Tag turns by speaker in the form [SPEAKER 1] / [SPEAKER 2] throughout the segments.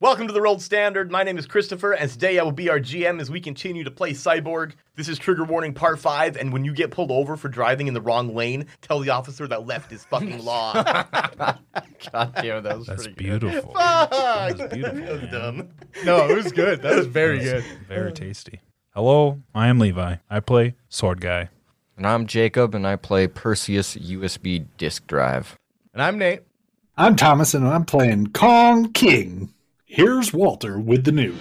[SPEAKER 1] Welcome to the Rolled Standard. My name is Christopher, and today I will be our GM as we continue to play Cyborg. This is Trigger Warning Part 5, and when you get pulled over for driving in the wrong lane, tell the officer that left is fucking law.
[SPEAKER 2] God damn, that was
[SPEAKER 3] That's
[SPEAKER 2] pretty
[SPEAKER 3] beautiful.
[SPEAKER 1] Fuck!
[SPEAKER 3] That's beautiful.
[SPEAKER 1] That was
[SPEAKER 3] man.
[SPEAKER 1] dumb.
[SPEAKER 2] good. No, it was good. That was very
[SPEAKER 3] That's
[SPEAKER 2] good.
[SPEAKER 3] Very tasty. Hello, I am Levi. I play Sword Guy.
[SPEAKER 4] And I'm Jacob, and I play Perseus USB disk drive.
[SPEAKER 2] And I'm Nate.
[SPEAKER 5] I'm Thomas, and I'm playing Kong King. Here's Walter with the news.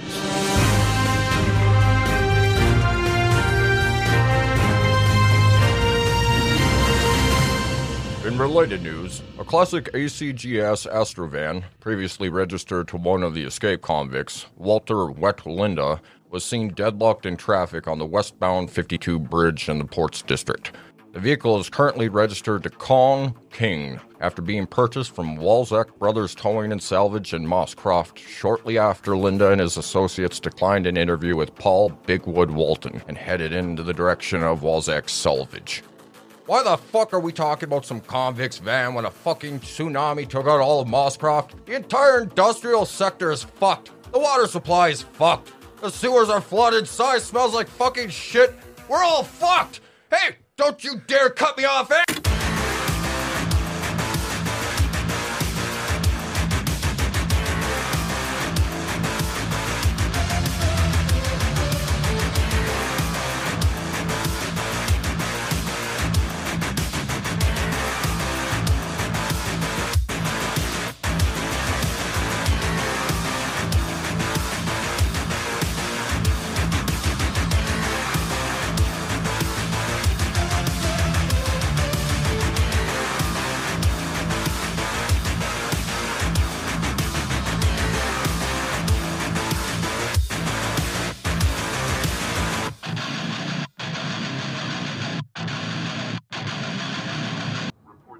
[SPEAKER 4] In related news, a classic ACGS Astrovan, previously registered to one of the escape convicts, Walter Wet Linda, was seen deadlocked in traffic on the westbound 52 bridge in the Ports District. The vehicle is currently registered to Kong King after being purchased from Walzak Brothers Towing and Salvage in Moss Croft shortly after Linda and his associates declined an interview with Paul Bigwood Walton and headed into the direction of Walzak Salvage. Why the fuck are we talking about some convict's van when a fucking tsunami took out all of Mosscroft? The entire industrial sector is fucked. The water supply is fucked. The sewers are flooded. Size smells like fucking shit. We're all fucked. Hey, don't you dare cut me off. eh?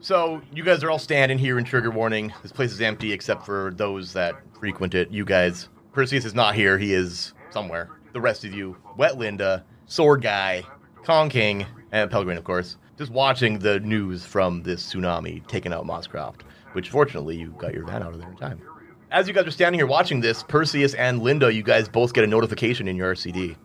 [SPEAKER 1] So, you guys are all standing here in Trigger Warning. This place is empty except for those that frequent it. You guys. Perseus is not here, he is somewhere. The rest of you, Wet Linda, Sword Guy, Kong King, and Pelgrim, of course, just watching the news from this tsunami taking out Mosscroft, which fortunately you got your van out of there in time. As you guys are standing here watching this, Perseus and Linda, you guys both get a notification in your RCD.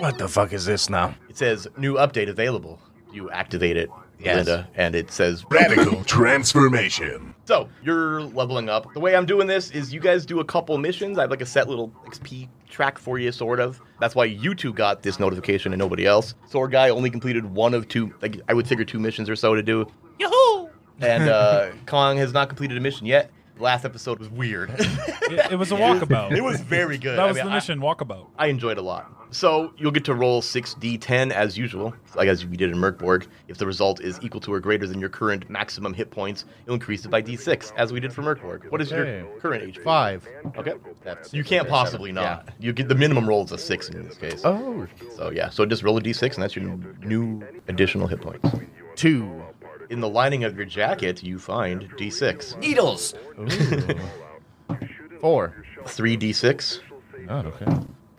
[SPEAKER 6] What the fuck is this now?
[SPEAKER 1] It says new update available. You activate it, Linda, and it says
[SPEAKER 6] Radical transformation.
[SPEAKER 1] So you're leveling up. The way I'm doing this is you guys do a couple missions. I have like a set little XP track for you, sort of. That's why you two got this notification and nobody else. Sword guy only completed one of two. Like I would figure two missions or so to do. Yahoo! And uh, Kong has not completed a mission yet. Last episode was weird.
[SPEAKER 3] It, it was a walkabout.
[SPEAKER 1] it was very good.
[SPEAKER 3] that
[SPEAKER 1] I
[SPEAKER 3] was
[SPEAKER 1] mean,
[SPEAKER 3] the
[SPEAKER 1] I-
[SPEAKER 3] mission walkabout.
[SPEAKER 1] I enjoyed a lot. So you'll get to roll 6d10 as usual, like as we did in Merkborg. If the result is equal to or greater than your current maximum hit points, you'll increase it by d6, as we did for Merkborg. What is your
[SPEAKER 2] Okay.
[SPEAKER 1] current HP?
[SPEAKER 2] Five.
[SPEAKER 1] Okay. That's, you can't possibly not. You get the minimum roll is a six in this case.
[SPEAKER 2] Oh,
[SPEAKER 1] So yeah, so just roll a d6 and that's your new additional hit points.
[SPEAKER 2] two.
[SPEAKER 1] In the lining of your jacket, you find d6,
[SPEAKER 4] Needles.
[SPEAKER 2] Four.
[SPEAKER 1] three d6,
[SPEAKER 2] Oh, okay.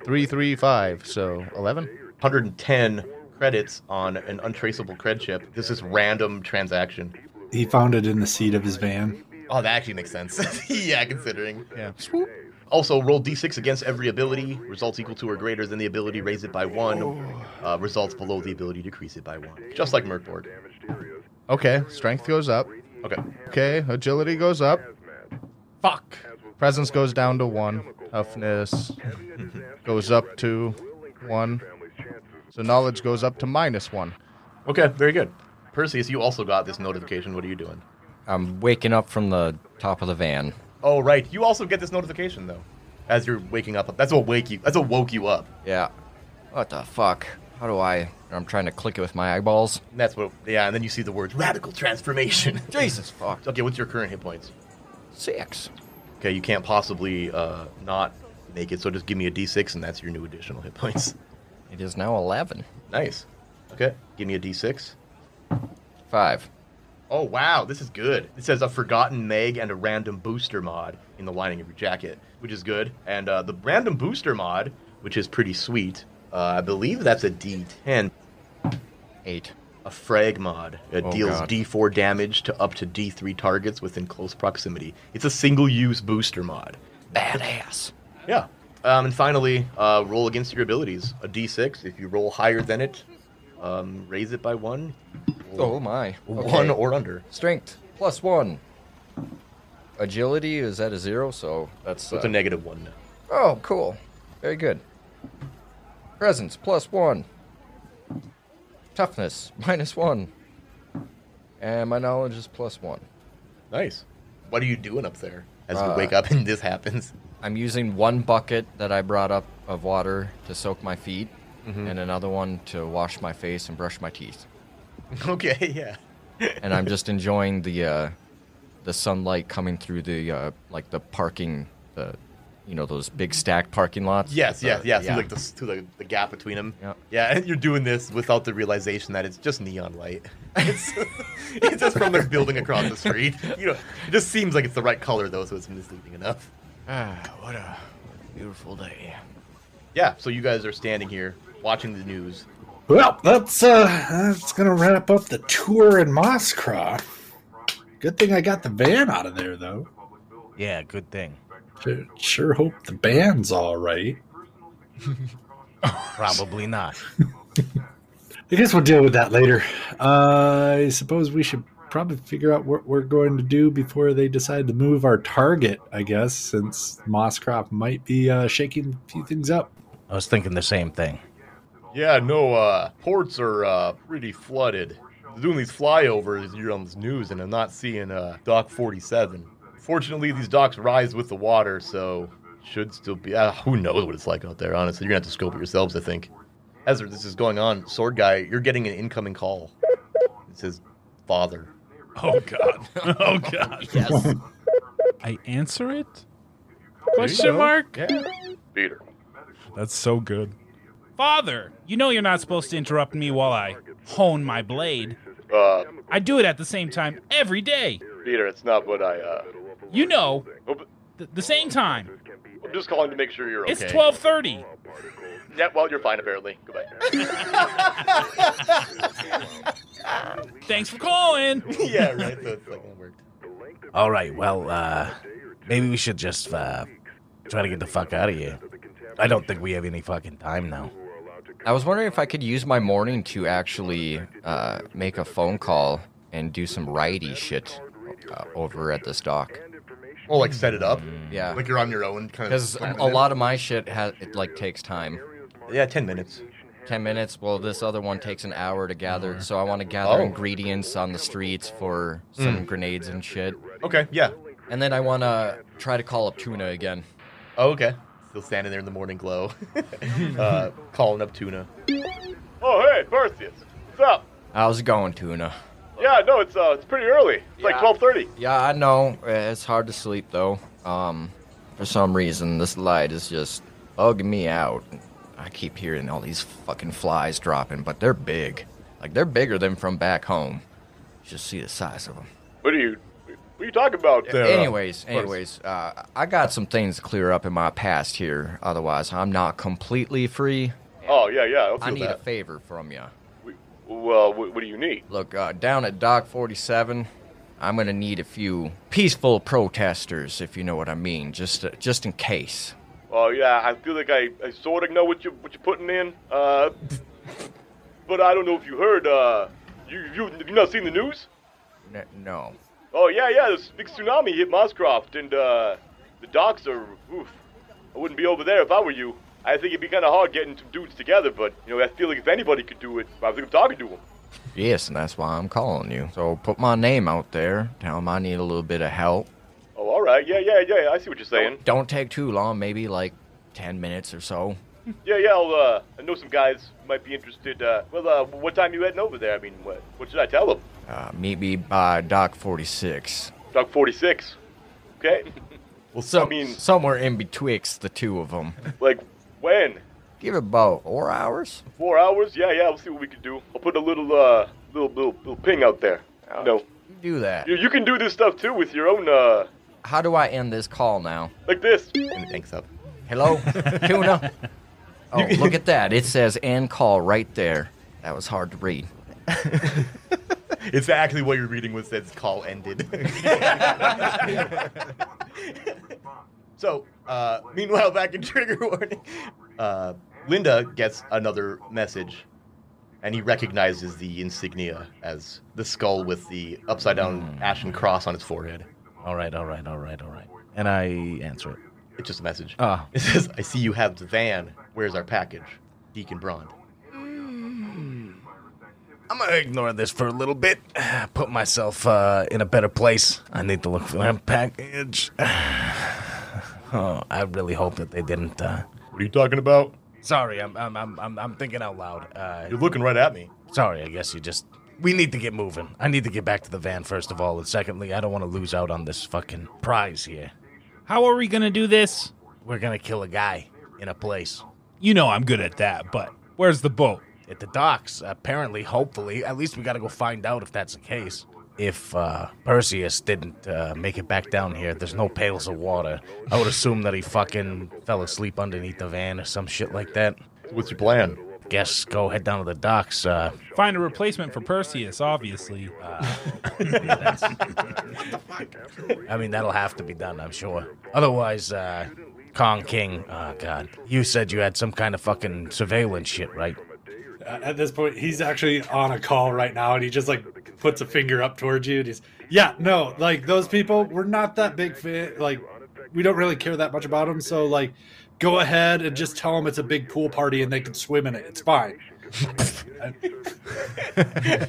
[SPEAKER 2] Three, three, five. So 11.
[SPEAKER 1] 110 credits on an untraceable cred chip. This is random transaction.
[SPEAKER 5] He found it in the seat of his van.
[SPEAKER 1] Oh, that actually makes sense. yeah, considering.
[SPEAKER 2] Yeah.
[SPEAKER 1] Also, roll d6 against every ability. Results equal to or greater than the ability, raise it by one. Uh, results below the ability, decrease it by one. Just like Merkborg.
[SPEAKER 2] Okay. Strength goes up.
[SPEAKER 1] Okay.
[SPEAKER 2] Okay. Agility goes up. Fuck. Presence goes down to one. Toughness goes up to one. So knowledge goes up to minus one.
[SPEAKER 1] Okay, very good. Perseus, you also got this notification. What are you doing?
[SPEAKER 4] I'm waking up from the top of the van.
[SPEAKER 1] Oh, right. You also get this notification though, as you're waking up. That's what wake you. That's what woke you up.
[SPEAKER 4] Yeah. What the fuck? How do I? I'm trying to click it with my eyeballs.
[SPEAKER 1] And that's what. Yeah, and then you see the words radical transformation.
[SPEAKER 4] Jesus fuck.
[SPEAKER 1] okay, what's your current hit points?
[SPEAKER 4] Six.
[SPEAKER 1] Okay, you can't possibly uh, not make it. So just give me a d6, and that's your new additional hit points.
[SPEAKER 4] It is now 11.
[SPEAKER 1] Nice. Okay, give me a d6.
[SPEAKER 4] Five.
[SPEAKER 1] Oh wow, this is good. It says a forgotten Meg and a random booster mod in the lining of your jacket, which is good. And uh, the random booster mod, which is pretty sweet. Uh, I believe that's a D10,
[SPEAKER 4] Eight.
[SPEAKER 1] a frag mod. It
[SPEAKER 4] Oh,
[SPEAKER 1] deals
[SPEAKER 4] God.
[SPEAKER 1] D4 damage to up to D3 targets within close proximity. It's a single-use booster mod.
[SPEAKER 4] Badass.
[SPEAKER 1] Yeah. Um, and finally, uh, roll against your abilities. A d6. If you roll higher than it, um, raise it by one.
[SPEAKER 7] Oh my. Okay.
[SPEAKER 1] One or under.
[SPEAKER 7] Strength plus one. Agility is at a zero, so that's.
[SPEAKER 1] So it's a
[SPEAKER 7] uh,
[SPEAKER 1] negative one.
[SPEAKER 7] oh, cool. Very good. Presence plus one. Toughness minus one. And my knowledge is plus one.
[SPEAKER 1] Nice. What are you doing up there as
[SPEAKER 7] Uh,
[SPEAKER 1] you wake up and this happens?
[SPEAKER 7] I'm using one bucket that I brought up of water to soak my feet,
[SPEAKER 1] Mm-hmm.
[SPEAKER 7] and another one to wash my face and brush my teeth.
[SPEAKER 1] okay, yeah.
[SPEAKER 7] and I'm just enjoying the uh, the sunlight coming through the uh, like the parking, the you know those big stacked parking lots.
[SPEAKER 1] Yes, yes,
[SPEAKER 7] Uh,
[SPEAKER 1] yes. Through, like the, through the, the gap between them.
[SPEAKER 7] Yeah.
[SPEAKER 1] Yeah, and you're doing this without the realization that it's just neon light. It's, it's just from their building across the street. You know, it just seems like it's the right color though, so it's misleading enough.
[SPEAKER 7] Ah, what a beautiful day.
[SPEAKER 1] Yeah. So you guys are standing here watching the news.
[SPEAKER 5] Well, that's uh, that's gonna wrap up the tour in Mosscroft. Good thing I got the van out of there, though.
[SPEAKER 8] Yeah, good thing.
[SPEAKER 5] Sure, sure hope the band's all right.
[SPEAKER 8] Probably not.
[SPEAKER 5] I guess we'll deal with that later. Uh, I suppose we should probably figure out what we're going to do before they decide to move our target. I guess since Mosscroft might be uh, shaking a few things up.
[SPEAKER 8] I was thinking the same thing.
[SPEAKER 1] Yeah. No. Uh, ports are uh, pretty flooded. Doing these flyovers, you're on this news, and I'm not seeing uh, Dock 47. Fortunately, these docks rise with the water, so should still be. Uh, who knows what it's like out there? Honestly, you're gonna have to scope it yourselves. I think. As this is going on, Sword Guy, you're getting an incoming call. It says, "Father."
[SPEAKER 3] Oh god. Oh god.
[SPEAKER 1] Yes.
[SPEAKER 3] I answer it?
[SPEAKER 1] There
[SPEAKER 3] Question
[SPEAKER 1] you go.
[SPEAKER 3] mark?
[SPEAKER 9] Peter,
[SPEAKER 3] That's so good. Father, you know you're not supposed to interrupt me while I hone my blade.
[SPEAKER 1] Uh,
[SPEAKER 3] I do it at the same time every day.
[SPEAKER 1] Peter, it's not what I. Uh,
[SPEAKER 3] You know,
[SPEAKER 1] oh, but
[SPEAKER 3] th- the same time.
[SPEAKER 1] I'm just calling to make sure you're okay.
[SPEAKER 3] It's 12:30.
[SPEAKER 1] Yeah, well, you're fine apparently. Goodbye.
[SPEAKER 3] Thanks for calling.
[SPEAKER 1] yeah, right. So it's like, it worked.
[SPEAKER 8] All right, well, uh, maybe we should just uh, try to get the fuck out of here. I don't think we have any fucking time now.
[SPEAKER 7] I was wondering if I could use my morning to actually uh, make a phone call and do some righty shit uh, over at this dock.
[SPEAKER 1] Or like set it up.
[SPEAKER 7] Yeah,
[SPEAKER 1] Like you're on your own, kind of.
[SPEAKER 7] because a lot of my shit has it like takes time.
[SPEAKER 1] Yeah, ten minutes.
[SPEAKER 7] 10 minutes. Well, this other one takes an hour to gather. So I want to gather
[SPEAKER 1] Oh. Hmm.
[SPEAKER 7] ingredients on the streets for some grenades and shit.
[SPEAKER 1] Okay, yeah.
[SPEAKER 7] And then I want to try to call up Tuna again.
[SPEAKER 1] Oh, okay. Still standing there in the morning glow, uh, calling up Tuna. Oh hey, Perseus, what's up?
[SPEAKER 7] How's it going, Tuna?
[SPEAKER 1] Yeah, no, it's uh, it's pretty early. It's
[SPEAKER 7] like Yeah.
[SPEAKER 1] twelve thirty.
[SPEAKER 7] Yeah, I know. It's hard to sleep, though. Um, for some reason, this light is just bugging me out. I keep hearing all these fucking flies dropping, but they're big. Like, they're bigger than from back home. You should see the size of them.
[SPEAKER 9] what are you? What are you talking about? there?
[SPEAKER 7] anyways, anyways, uh, I got some things to clear up in my past here. Otherwise, I'm not completely free.
[SPEAKER 9] Oh yeah, yeah. I'll
[SPEAKER 7] I
[SPEAKER 9] feel
[SPEAKER 7] need a
[SPEAKER 9] that.
[SPEAKER 7] favor from you.
[SPEAKER 9] We- Well, what, what do you need?
[SPEAKER 7] Look, uh, down at Dock 47, I'm gonna need a few peaceful protesters, if you know what I mean, just uh, just in case.
[SPEAKER 9] Oh yeah, I feel like I, I sort of know what you what you're putting in. Uh, but I don't know if you heard. Uh, you you you not seen the news?
[SPEAKER 7] N- no.
[SPEAKER 9] Oh yeah, yeah. This big tsunami hit Moscroft, and uh, the docks are. Oof. I wouldn't be over there if I were you. I think it'd be kind of hard getting some dudes together, but you know, I feel like if anybody could do it, I think I'm talking to them.
[SPEAKER 7] Yes, and that's why I'm calling you. So put my name out there. Tell 'em I need a little bit of help.
[SPEAKER 9] Oh, all right. Yeah, yeah, yeah. I see what you're saying.
[SPEAKER 7] Don't take too long, maybe like 10 minutes or so.
[SPEAKER 9] Yeah, yeah. I'll, uh, I know some guys might be interested. Uh, well, uh, what time you heading over there? I mean, what what should I tell them?
[SPEAKER 7] Uh, meet me by Dock 46.
[SPEAKER 9] Doc 46. Okay.
[SPEAKER 7] Well, so,
[SPEAKER 9] I mean-
[SPEAKER 7] somewhere in betwixt the two of them.
[SPEAKER 9] like when?
[SPEAKER 7] Give it about four hours.
[SPEAKER 9] Four hours? Yeah, yeah. We'll see what we can do. I'll put a little uh little little, little ping out there. You know,
[SPEAKER 7] Do that.
[SPEAKER 9] you, you can do this stuff too with your own uh
[SPEAKER 7] How do I end this call now?
[SPEAKER 9] like this.
[SPEAKER 1] And it hangs up.
[SPEAKER 7] Hello, tuna. Oh, look at that! It says "end call" right there. That was hard to read.
[SPEAKER 1] It's actually what you're reading was that call ended. So, uh, meanwhile, back in trigger warning, uh, Linda gets another message, and he recognizes the insignia as the skull with the upside down ashen cross on its forehead.
[SPEAKER 8] Hmm. All right, all right, all right, all right. And I answer it.
[SPEAKER 1] It's just a message.
[SPEAKER 8] Ah.
[SPEAKER 1] It says, "I see you have the van. Where's our package, Deacon Brond?"
[SPEAKER 8] I'm gonna ignore this for a little bit. Put myself uh, in a better place. I need to look for that package. Oh, I really hope that they didn't. Uh...
[SPEAKER 1] What are you talking about?
[SPEAKER 8] Sorry, I'm I'm, I'm I'm I'm thinking out loud. Uh,
[SPEAKER 1] You're looking right at me.
[SPEAKER 8] sorry, I guess you just. We need to get moving. I need to get back to the van first of all, and secondly, I don't want to lose out on this fucking prize here.
[SPEAKER 3] How are we gonna do this?
[SPEAKER 8] We're gonna kill a guy in a place.
[SPEAKER 3] You know I'm good at that, but where's the boat?
[SPEAKER 8] at the docks. Apparently, hopefully, at least we got to go find out if that's the case. If uh, Perseus didn't uh, make it back down here, there's no pails of water. I would assume that he fucking fell asleep underneath the van or some shit like that.
[SPEAKER 1] What's your plan?
[SPEAKER 8] Guess go head down to the docks. Uh,
[SPEAKER 3] Find a replacement for Perseus, obviously.
[SPEAKER 8] I mean, that'll have to be done, I'm sure. Otherwise, uh, Kong King, oh god, you said you had some kind of fucking surveillance shit, right?
[SPEAKER 5] Uh, at this point, he's actually on a call right now, and he just like puts a finger up towards you, and he's, yeah, no, like those people, we're not that big fan. Like, we don't really care that much about them. So, like, go ahead and just tell them it's a big pool party, and they can swim in it. It's fine.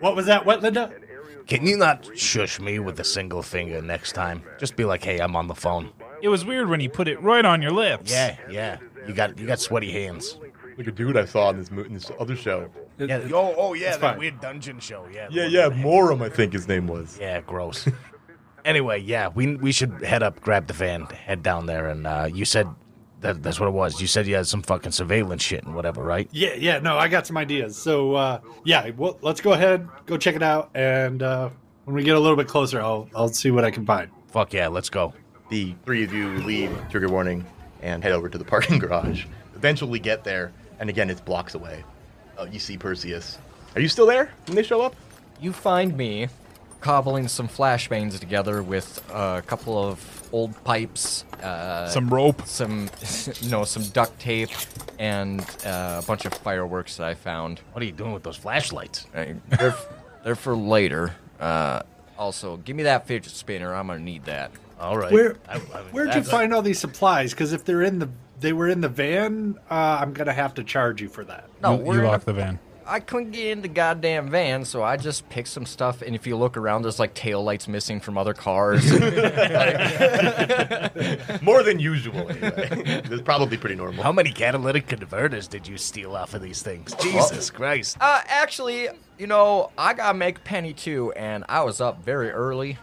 [SPEAKER 5] what was that? What, Linda?
[SPEAKER 8] Can you not shush me with a single finger next time? Just be like, hey, I'm on the phone.
[SPEAKER 3] It was weird when he put it right on your lips.
[SPEAKER 8] Yeah, yeah. You got you got sweaty hands.
[SPEAKER 1] Like a dude I saw in this mo- in this other show.
[SPEAKER 8] Yeah. Oh, oh yeah, that
[SPEAKER 5] fine.
[SPEAKER 8] weird dungeon show. Yeah. the
[SPEAKER 1] Yeah,
[SPEAKER 8] one-
[SPEAKER 1] yeah, Morum, I think his name was.
[SPEAKER 8] Yeah, gross. anyway, yeah, we we should head up, grab the van, head down there, and uh, you said that that's what it was. You said you had some fucking surveillance shit and whatever, right?
[SPEAKER 5] Yeah, yeah, no, I got some ideas. So, uh, yeah, well, let's go ahead, go check it out, and uh, when we get a little bit closer, I'll I'll see what I can find.
[SPEAKER 8] Fuck yeah, let's go.
[SPEAKER 1] the three of you leave trigger warning and head over to the parking garage eventually get there and again it's blocks away uh, you see perseus are you still there when they show up
[SPEAKER 7] You find me cobbling some flashbangs together with uh, a couple of old pipes, uh,
[SPEAKER 3] Some rope.
[SPEAKER 7] some no, some duct tape, and uh, a bunch of fireworks that I found.
[SPEAKER 8] What are you doing with those flashlights?
[SPEAKER 7] Hey, They're, f- they're for later. Uh, also, give me that fidget spinner. I'm gonna need that.
[SPEAKER 8] All right.
[SPEAKER 5] Where
[SPEAKER 8] I- I-
[SPEAKER 5] where'd you
[SPEAKER 8] that's-
[SPEAKER 5] find all these supplies? Because if they're in the they were in the van, uh, I'm gonna have to charge you for that.
[SPEAKER 7] No,
[SPEAKER 3] you,
[SPEAKER 7] we're
[SPEAKER 3] you
[SPEAKER 7] in a-
[SPEAKER 3] lock the van.
[SPEAKER 7] I couldn't get in the goddamn van, so I just picked some stuff. And if you look around, there's like tail lights missing from other cars.
[SPEAKER 1] more than usual anyway that's probably pretty normal
[SPEAKER 8] How many catalytic converters did you steal off of these things? Jesus Christ.
[SPEAKER 7] uh, actually, you know, I gotta make a penny too, and I was up very early.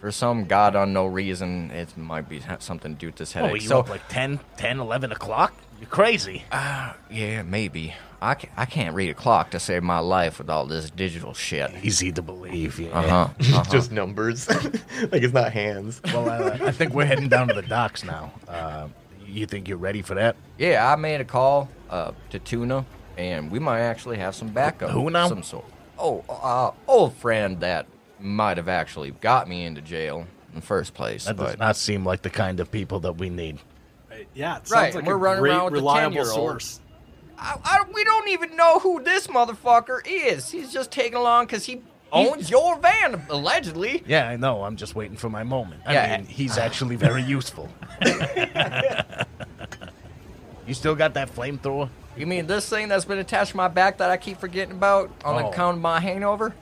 [SPEAKER 7] For some god unknown reason, it might be ha- something due to this
[SPEAKER 8] Oh,
[SPEAKER 7] headache.
[SPEAKER 8] were you
[SPEAKER 7] so, Ah,
[SPEAKER 8] up like 10, 10, 11 o'clock? You're crazy.
[SPEAKER 7] yeah, maybe. I, ca- I can't read a clock to save my life with all this digital shit.
[SPEAKER 8] Easy to believe. Yeah.
[SPEAKER 7] Uh-huh.
[SPEAKER 1] just numbers like it's not hands
[SPEAKER 8] Well, uh, I think we're heading down to the docks now. Uh, you think you're ready for that?
[SPEAKER 7] Yeah, I made a call uh, to Tuna, and we might actually have some backup.
[SPEAKER 8] Who
[SPEAKER 7] of
[SPEAKER 8] now?
[SPEAKER 7] Some sort. Oh, uh, old friend that might have actually got me into jail in the first place.
[SPEAKER 8] That does
[SPEAKER 7] but
[SPEAKER 8] not seem like the kind of people that we need.
[SPEAKER 5] Yeah, it sounds
[SPEAKER 7] Right,
[SPEAKER 5] like
[SPEAKER 7] we're
[SPEAKER 5] a
[SPEAKER 7] running
[SPEAKER 5] great
[SPEAKER 7] around with a
[SPEAKER 5] reliable
[SPEAKER 7] 10-year-old.
[SPEAKER 5] source.
[SPEAKER 7] I, I, we don't even know who this motherfucker is. He's just taking along because he owns your van, allegedly.
[SPEAKER 8] Yeah, I know. I'm just waiting for my moment. I
[SPEAKER 7] Yeah.
[SPEAKER 8] mean, he's actually very useful. you still got that flamethrower?
[SPEAKER 7] You mean this thing that's been attached to my back that I keep forgetting about on
[SPEAKER 8] Oh.
[SPEAKER 7] account of my hangover?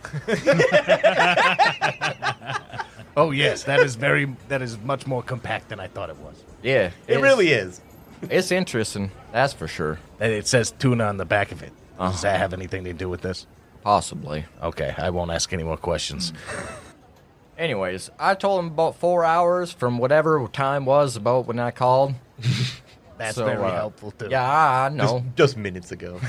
[SPEAKER 8] Oh yes, that is very. That is much more compact than I thought it was.
[SPEAKER 7] Yeah,
[SPEAKER 1] it really is
[SPEAKER 7] It's interesting, that's for sure. Uh-huh.
[SPEAKER 8] And it says tuna on the back of it. Does that have anything to do with this?
[SPEAKER 7] Possibly.
[SPEAKER 8] Okay, I won't ask any more questions.
[SPEAKER 7] Anyways, I told him about four hours from whatever time was about when I called.
[SPEAKER 8] That's
[SPEAKER 7] So,
[SPEAKER 8] very
[SPEAKER 7] uh,
[SPEAKER 8] helpful too.
[SPEAKER 7] Yeah, I I know.
[SPEAKER 1] just, just minutes ago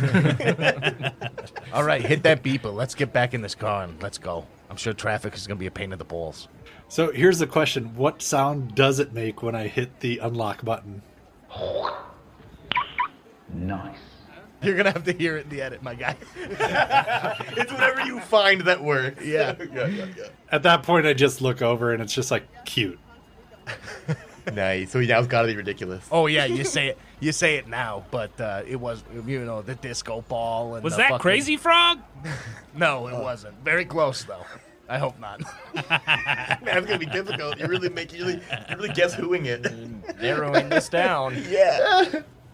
[SPEAKER 8] All right, hit that beeper. Let's get back in this car and let's go. I'm sure traffic is going to be a pain in the balls.
[SPEAKER 5] So here's the question: What sound does it make when I hit the unlock button?
[SPEAKER 8] You're going to have to hear it in the edit, my guy.
[SPEAKER 1] it's whenever you find that word yeah, yeah, yeah, yeah.
[SPEAKER 5] At that point, I just look over, and it's just like cute.
[SPEAKER 1] nice. So now it's got to be ridiculous.
[SPEAKER 8] Oh yeah, you say it. You say it now, but uh, it was you know the disco ball and
[SPEAKER 3] Was
[SPEAKER 8] the
[SPEAKER 3] that
[SPEAKER 8] fucking-
[SPEAKER 3] Crazy Frog? Oh.
[SPEAKER 8] No, it wasn't. Very close though. I hope not.
[SPEAKER 1] Man, it's gonna be difficult. You really make you really, you really guess whoing it.
[SPEAKER 7] Narrowing this down.
[SPEAKER 1] yeah.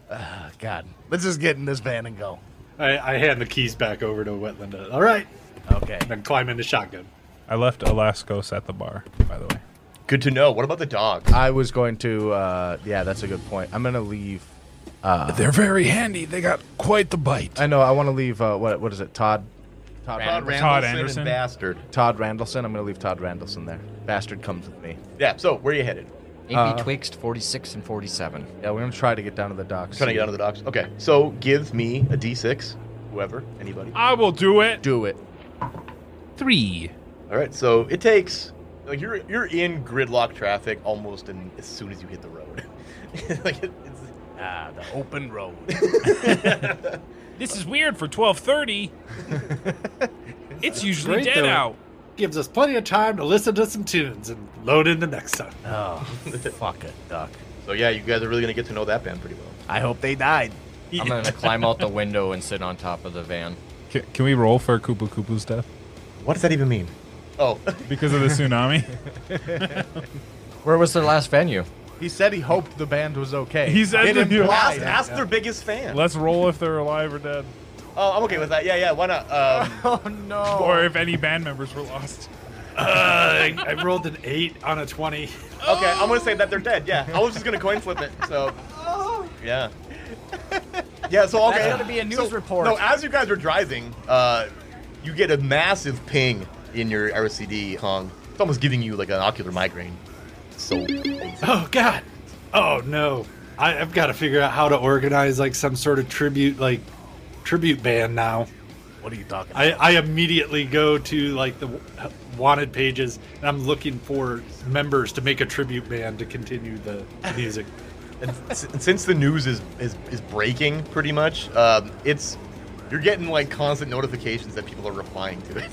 [SPEAKER 8] Ah, God, let's just get in this van and go.
[SPEAKER 5] I, I hand the keys back over to Wetland. All right,
[SPEAKER 8] Okay.
[SPEAKER 5] and then climb in the shotgun.
[SPEAKER 3] I left Alaskos at the bar, by the way.
[SPEAKER 1] Good to know. What about the dog?
[SPEAKER 2] I was going to. Uh, yeah, that's a good point. I'm gonna leave. uh,
[SPEAKER 6] They're very handy. They got quite the bite.
[SPEAKER 2] I know. I want to leave. Uh, what what is it? Todd. Todd.
[SPEAKER 1] Todd
[SPEAKER 2] Rand-
[SPEAKER 1] Randallson
[SPEAKER 3] Todd
[SPEAKER 1] and
[SPEAKER 3] Anderson.
[SPEAKER 1] bastard.
[SPEAKER 2] Todd Randallson. I'm gonna leave Todd Randallson there. Bastard comes with me. Uh,
[SPEAKER 1] Yeah. So where are you headed? Uh,
[SPEAKER 7] In betwixt 46 and 47.
[SPEAKER 2] Yeah, we're gonna try to get down to the docks.
[SPEAKER 1] Trying to get out of the docks. Okay. So give me a d6. Whoever, anybody.
[SPEAKER 3] I will do it.
[SPEAKER 2] Do it.
[SPEAKER 3] Three.
[SPEAKER 1] All right. So it takes. Like you're you're in gridlock traffic almost, in, as soon as you hit the road. like it, it's,
[SPEAKER 8] Ah, the open road.
[SPEAKER 3] This is weird for 12:30. it's usually
[SPEAKER 5] Great,
[SPEAKER 3] dead
[SPEAKER 5] though.
[SPEAKER 3] out.
[SPEAKER 5] Gives us plenty of time to listen to some tunes and load in the next time.
[SPEAKER 8] Oh, fuck it, duck.
[SPEAKER 1] so yeah, you guys are really gonna get to know that band pretty well.
[SPEAKER 8] I hope they died.
[SPEAKER 7] I'm going to climb out the window and sit on top of the van.
[SPEAKER 3] Can, can we roll for Koopa Koopa's death
[SPEAKER 1] What does that even mean? Oh,
[SPEAKER 3] because of the tsunami?
[SPEAKER 7] Where was their last venue?
[SPEAKER 2] He said he hoped the band was okay.
[SPEAKER 3] he said that you.
[SPEAKER 1] ask, ask their biggest fan.
[SPEAKER 3] Let's roll if they're alive or dead,
[SPEAKER 1] Oh, I'm okay with that. Yeah, yeah. Why not? Um,
[SPEAKER 7] Oh, no.
[SPEAKER 3] or if any band members were lost.
[SPEAKER 5] I, Uh, I rolled an eight on a twenty.
[SPEAKER 1] okay, I'm gonna say that they're dead. Yeah, I was just gonna coin flip it. So,
[SPEAKER 8] Oh,
[SPEAKER 1] yeah, yeah. So okay,
[SPEAKER 7] gotta be a news
[SPEAKER 1] So-
[SPEAKER 7] report.
[SPEAKER 1] No, as you guys were driving, uh, you get a massive ping in your RCD Kong. It's almost giving you like an ocular migraine. So,
[SPEAKER 5] Oh God! Oh no! I, I've got to figure out how to organize like some sort of tribute, like tribute band now.
[SPEAKER 8] What are you talking? about?
[SPEAKER 5] I, I immediately go to like the wanted pages and I'm looking for members to make a tribute band to continue the music.
[SPEAKER 1] and s- since the news is is, is breaking pretty much, um, it's you're getting like constant notifications that people are replying to it,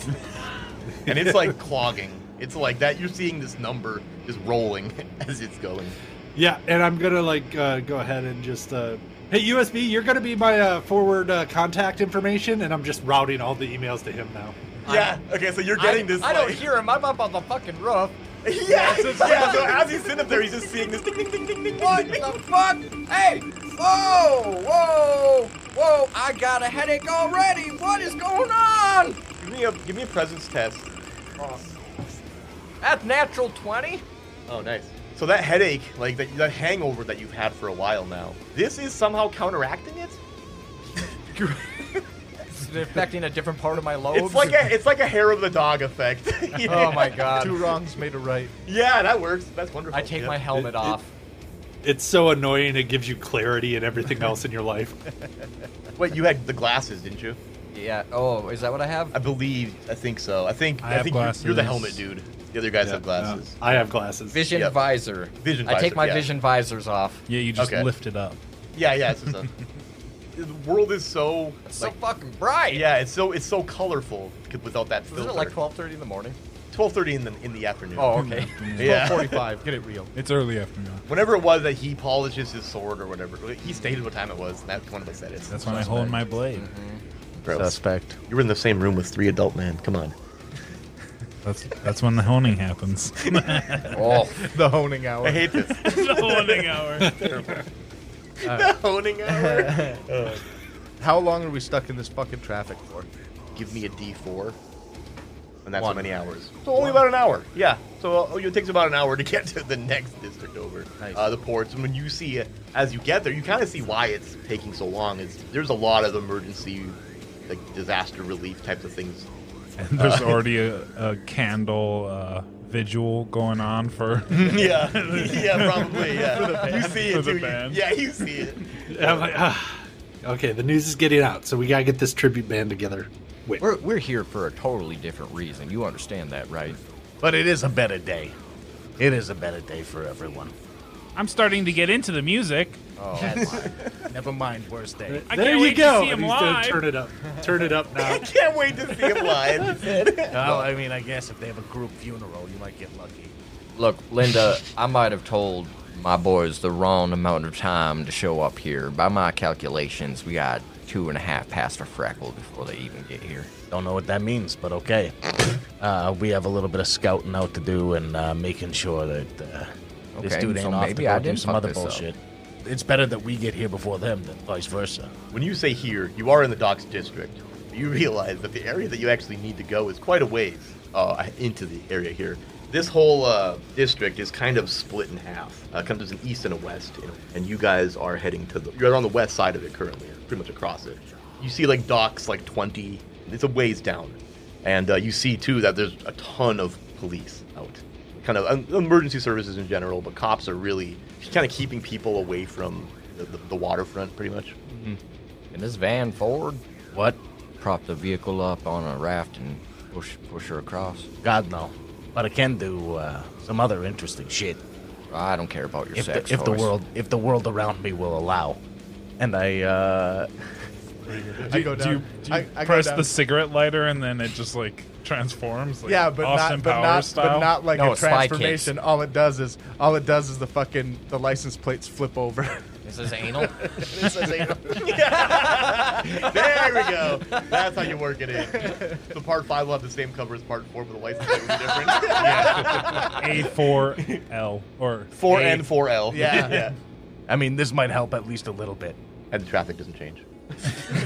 [SPEAKER 1] and it's like clogging. It's like that. You're seeing this number just rolling as it's going.
[SPEAKER 5] Yeah, and I'm gonna like uh, go ahead and just uh, hey USB, you're gonna be my uh, forward uh, contact information, and I'm just routing all the emails to him now.
[SPEAKER 1] Yeah. Okay. So you're
[SPEAKER 7] I, I don't hear him. I'm up on the fucking roof.
[SPEAKER 1] Yeah. yeah. So as he's sitting up there, he's just seeing this. Ding, ding, ding, ding, ding,
[SPEAKER 7] What
[SPEAKER 1] ding, ding.
[SPEAKER 7] the fuck? Hey! Whoa! Whoa! Whoa! I got a headache already! What is going on?
[SPEAKER 1] Give me a give me a presence test.
[SPEAKER 7] That's natural 20?
[SPEAKER 1] Oh, nice. So that headache, like that, that hangover that you've had for a while now, this is somehow counteracting it.
[SPEAKER 7] It's affecting a different part of my lobes.
[SPEAKER 1] It's like a it's like a hair of the dog effect. Yeah.
[SPEAKER 7] Oh my god.
[SPEAKER 2] Two wrongs made a right.
[SPEAKER 1] Yeah, that works. That's wonderful.
[SPEAKER 7] I take
[SPEAKER 1] Yeah.
[SPEAKER 7] my helmet off.
[SPEAKER 5] It's so annoying; it gives you clarity and everything else in your life.
[SPEAKER 1] Wait, you had the glasses, didn't you?
[SPEAKER 7] Yeah. Oh, is that what I have?
[SPEAKER 1] I believe. I think so. I think.
[SPEAKER 3] I
[SPEAKER 1] I,
[SPEAKER 3] have
[SPEAKER 1] think you're, you're the
[SPEAKER 3] glasses.
[SPEAKER 1] helmet dude. The other guys have glasses.
[SPEAKER 5] I have glasses.
[SPEAKER 7] Vision
[SPEAKER 1] Yep.
[SPEAKER 7] visor.
[SPEAKER 1] Vision
[SPEAKER 7] I take
[SPEAKER 1] visor,
[SPEAKER 7] my
[SPEAKER 1] yeah.
[SPEAKER 7] vision visors off.
[SPEAKER 3] Yeah, you just
[SPEAKER 1] Okay.
[SPEAKER 3] lift it up.
[SPEAKER 1] Yeah, yeah. It's just a, the world is so
[SPEAKER 7] It's
[SPEAKER 1] like,
[SPEAKER 7] so fucking bright.
[SPEAKER 1] Yeah, it's so it's so colorful c- without that filter.
[SPEAKER 7] Isn't it like 12:30 in the morning?
[SPEAKER 1] twelve thirty in the in the afternoon?
[SPEAKER 7] Oh, okay.
[SPEAKER 1] yeah.
[SPEAKER 2] 45. Get it real.
[SPEAKER 3] Mm-hmm. It's early afternoon.
[SPEAKER 1] Whenever it was that he polishes his sword or whatever, he stated what time it was. And that's when they said it.
[SPEAKER 3] That's when I hold my blade.
[SPEAKER 1] Mm-hmm. gross.
[SPEAKER 2] Suspect.
[SPEAKER 1] You were in the same room with three adult men. Come on.
[SPEAKER 3] That's that's when the honing happens.
[SPEAKER 7] oh,
[SPEAKER 2] The honing hour.
[SPEAKER 1] I hate this.
[SPEAKER 3] the honing hour.
[SPEAKER 1] the honing hour. Oh.
[SPEAKER 2] How long are we stuck in this fucking traffic for?
[SPEAKER 1] Give me a D four. And that's
[SPEAKER 2] One.
[SPEAKER 1] how many hours? So only about an hour. Yeah. So uh, it takes about an hour to get to the next district over
[SPEAKER 2] Nice.
[SPEAKER 1] uh, the ports. And when you see it, as you get there, you kind of see why it's taking so long. Is there's a lot of emergency, like disaster relief types of things.
[SPEAKER 3] And
[SPEAKER 2] Uh,
[SPEAKER 3] there's already a, a candle uh, vigil going on for.
[SPEAKER 1] yeah. yeah. Probably. Yeah. You see
[SPEAKER 3] For the
[SPEAKER 1] it too. You-
[SPEAKER 3] band.
[SPEAKER 1] Yeah. You see it.
[SPEAKER 5] I'm like, ah. Okay, the news is getting out, so we gotta get this tribute band together. Wait,
[SPEAKER 7] we're we're here for a totally different reason. You understand that, right?
[SPEAKER 8] But it is a better day. It is a better day for everyone.
[SPEAKER 3] I'm starting to get into the music.
[SPEAKER 8] Oh, Never mind, worst day.
[SPEAKER 3] I
[SPEAKER 5] there
[SPEAKER 3] can't
[SPEAKER 5] you
[SPEAKER 3] wait
[SPEAKER 5] go.
[SPEAKER 3] to see him
[SPEAKER 5] And he's gonna
[SPEAKER 3] live.
[SPEAKER 5] turn it up. Turn it up now.
[SPEAKER 1] I can't wait to see him live.
[SPEAKER 3] Oh,
[SPEAKER 8] Well, I mean, I guess if they have a group funeral, you might get lucky.
[SPEAKER 7] Look, Linda, I might have told my boys the wrong amount of time to show up here. By my calculations, we got two and a half past for Freckle before they even get here.
[SPEAKER 8] Don't know what that means, but okay. Uh, we have a little bit of scouting out to do and uh, making sure that uh, this
[SPEAKER 7] Okay,
[SPEAKER 8] dude ain't
[SPEAKER 7] so
[SPEAKER 8] off to
[SPEAKER 7] maybe
[SPEAKER 8] go
[SPEAKER 7] I
[SPEAKER 8] do
[SPEAKER 7] didn't
[SPEAKER 8] some
[SPEAKER 7] fuck
[SPEAKER 8] other
[SPEAKER 7] this up.
[SPEAKER 8] bullshit. It's better that we get here before them than vice versa.
[SPEAKER 1] When you say here, you are in the docks district. You realize that the area that you actually need to go is quite a ways uh, into the area here. This whole uh, district is kind of split in half. Uh, comes as an east and a west, and, and you guys are heading to the. You're on the west side of it currently, or pretty much across it. You see like docks like 20. It's a ways down, and uh, you see too that there's a ton of police out kind of um, emergency services in general, but cops are really kind of keeping people away from the, the, the waterfront, pretty much.
[SPEAKER 2] Mm.
[SPEAKER 7] Can this van forward?
[SPEAKER 8] What?
[SPEAKER 7] Prop the vehicle up on a raft and push push her across.
[SPEAKER 8] God no. But it can do uh, some other interesting shit
[SPEAKER 7] I don't care about your
[SPEAKER 8] if,
[SPEAKER 7] sex.
[SPEAKER 8] the, if the
[SPEAKER 7] toys.
[SPEAKER 8] world if the world around me will allow. And I uh,
[SPEAKER 2] I go
[SPEAKER 3] Do
[SPEAKER 2] down.
[SPEAKER 3] you, do you
[SPEAKER 2] I, I go
[SPEAKER 3] press
[SPEAKER 2] down.
[SPEAKER 3] the cigarette lighter and then it just like transforms? Like
[SPEAKER 2] Yeah, but
[SPEAKER 3] Austin
[SPEAKER 2] not, but
[SPEAKER 3] Powers
[SPEAKER 2] not,
[SPEAKER 3] style?
[SPEAKER 2] but not like
[SPEAKER 7] No,
[SPEAKER 2] a
[SPEAKER 7] it's slide kicks.
[SPEAKER 2] transformation. All it does is, all it does is the fucking the license plates flip over.
[SPEAKER 7] This is anal.
[SPEAKER 1] There we go. That's how you work it in. The part five will have the same cover as part four, but the license plate will be different.
[SPEAKER 3] A4L or
[SPEAKER 1] Four
[SPEAKER 3] A-
[SPEAKER 1] and four L.
[SPEAKER 2] Yeah.
[SPEAKER 1] yeah.
[SPEAKER 8] I mean this might help at least a little bit.
[SPEAKER 1] And the traffic doesn't change.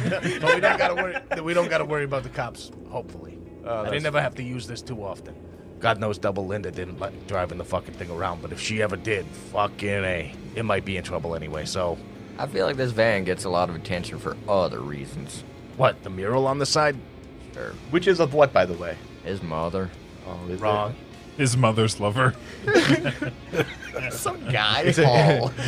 [SPEAKER 8] But we don't gotta worry we don't gotta worry about the cops, hopefully.
[SPEAKER 7] Uh,
[SPEAKER 8] I didn't ever have to use this too often. God knows Double Linda didn't like driving the fucking thing around, but if she ever did, fucking A. It might be in trouble anyway, so
[SPEAKER 7] I feel like this van gets a lot of attention for other reasons.
[SPEAKER 8] what, the mural on the side?
[SPEAKER 7] Sure.
[SPEAKER 1] Which is of what, by the way?
[SPEAKER 7] His mother.
[SPEAKER 1] Oh, is
[SPEAKER 8] Wrong.
[SPEAKER 3] his mother's lover.
[SPEAKER 1] Some guy. Paul.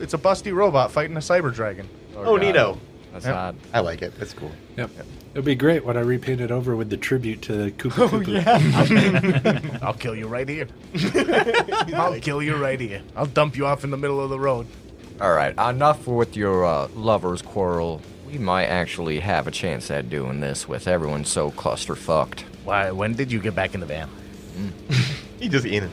[SPEAKER 2] it's a busty robot fighting a cyber dragon.
[SPEAKER 1] oh,
[SPEAKER 7] God.
[SPEAKER 1] Nino.
[SPEAKER 7] That's
[SPEAKER 2] Yep.
[SPEAKER 7] not.
[SPEAKER 1] I like it. That's cool.
[SPEAKER 5] Yep. It'd be great when I repaint it over with the tribute to Koopa
[SPEAKER 7] Oh,
[SPEAKER 5] Koopa.
[SPEAKER 8] I'll kill you right here. I'll kill you right here. I'll dump you off in the middle of the road.
[SPEAKER 7] All right, enough with your uh, lovers' quarrel. We might actually have a chance at doing this with everyone so clusterfucked.
[SPEAKER 8] Why? When did you get back in the van?
[SPEAKER 1] He just in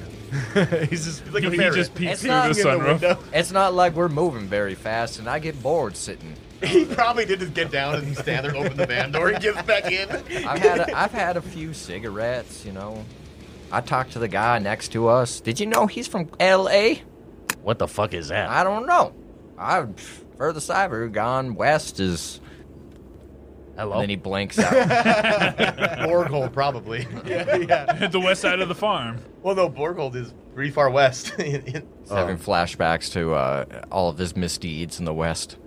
[SPEAKER 1] it.
[SPEAKER 8] He's just
[SPEAKER 1] He's like a
[SPEAKER 3] he
[SPEAKER 1] ferret.
[SPEAKER 3] just peeks
[SPEAKER 7] It's
[SPEAKER 3] through
[SPEAKER 7] not
[SPEAKER 3] the
[SPEAKER 7] in the
[SPEAKER 3] sunroof.
[SPEAKER 7] It's not like we're moving very fast, and I get bored sitting.
[SPEAKER 1] He probably did just get down and stand there and open the van door and gets back in.
[SPEAKER 7] I've had a, I've had a few cigarettes, you know. I talked to the guy next to us. Did you know he's from L.A.?
[SPEAKER 8] What the fuck is that?
[SPEAKER 7] I don't know. I furthest I've ever gone west is.
[SPEAKER 8] Hello.
[SPEAKER 7] And then he blinks out.
[SPEAKER 1] Borgold, probably.
[SPEAKER 3] the west side of the farm.
[SPEAKER 1] Well, no, Borgold is pretty far west. in, in,
[SPEAKER 7] He's having flashbacks to uh, all of his misdeeds in the west.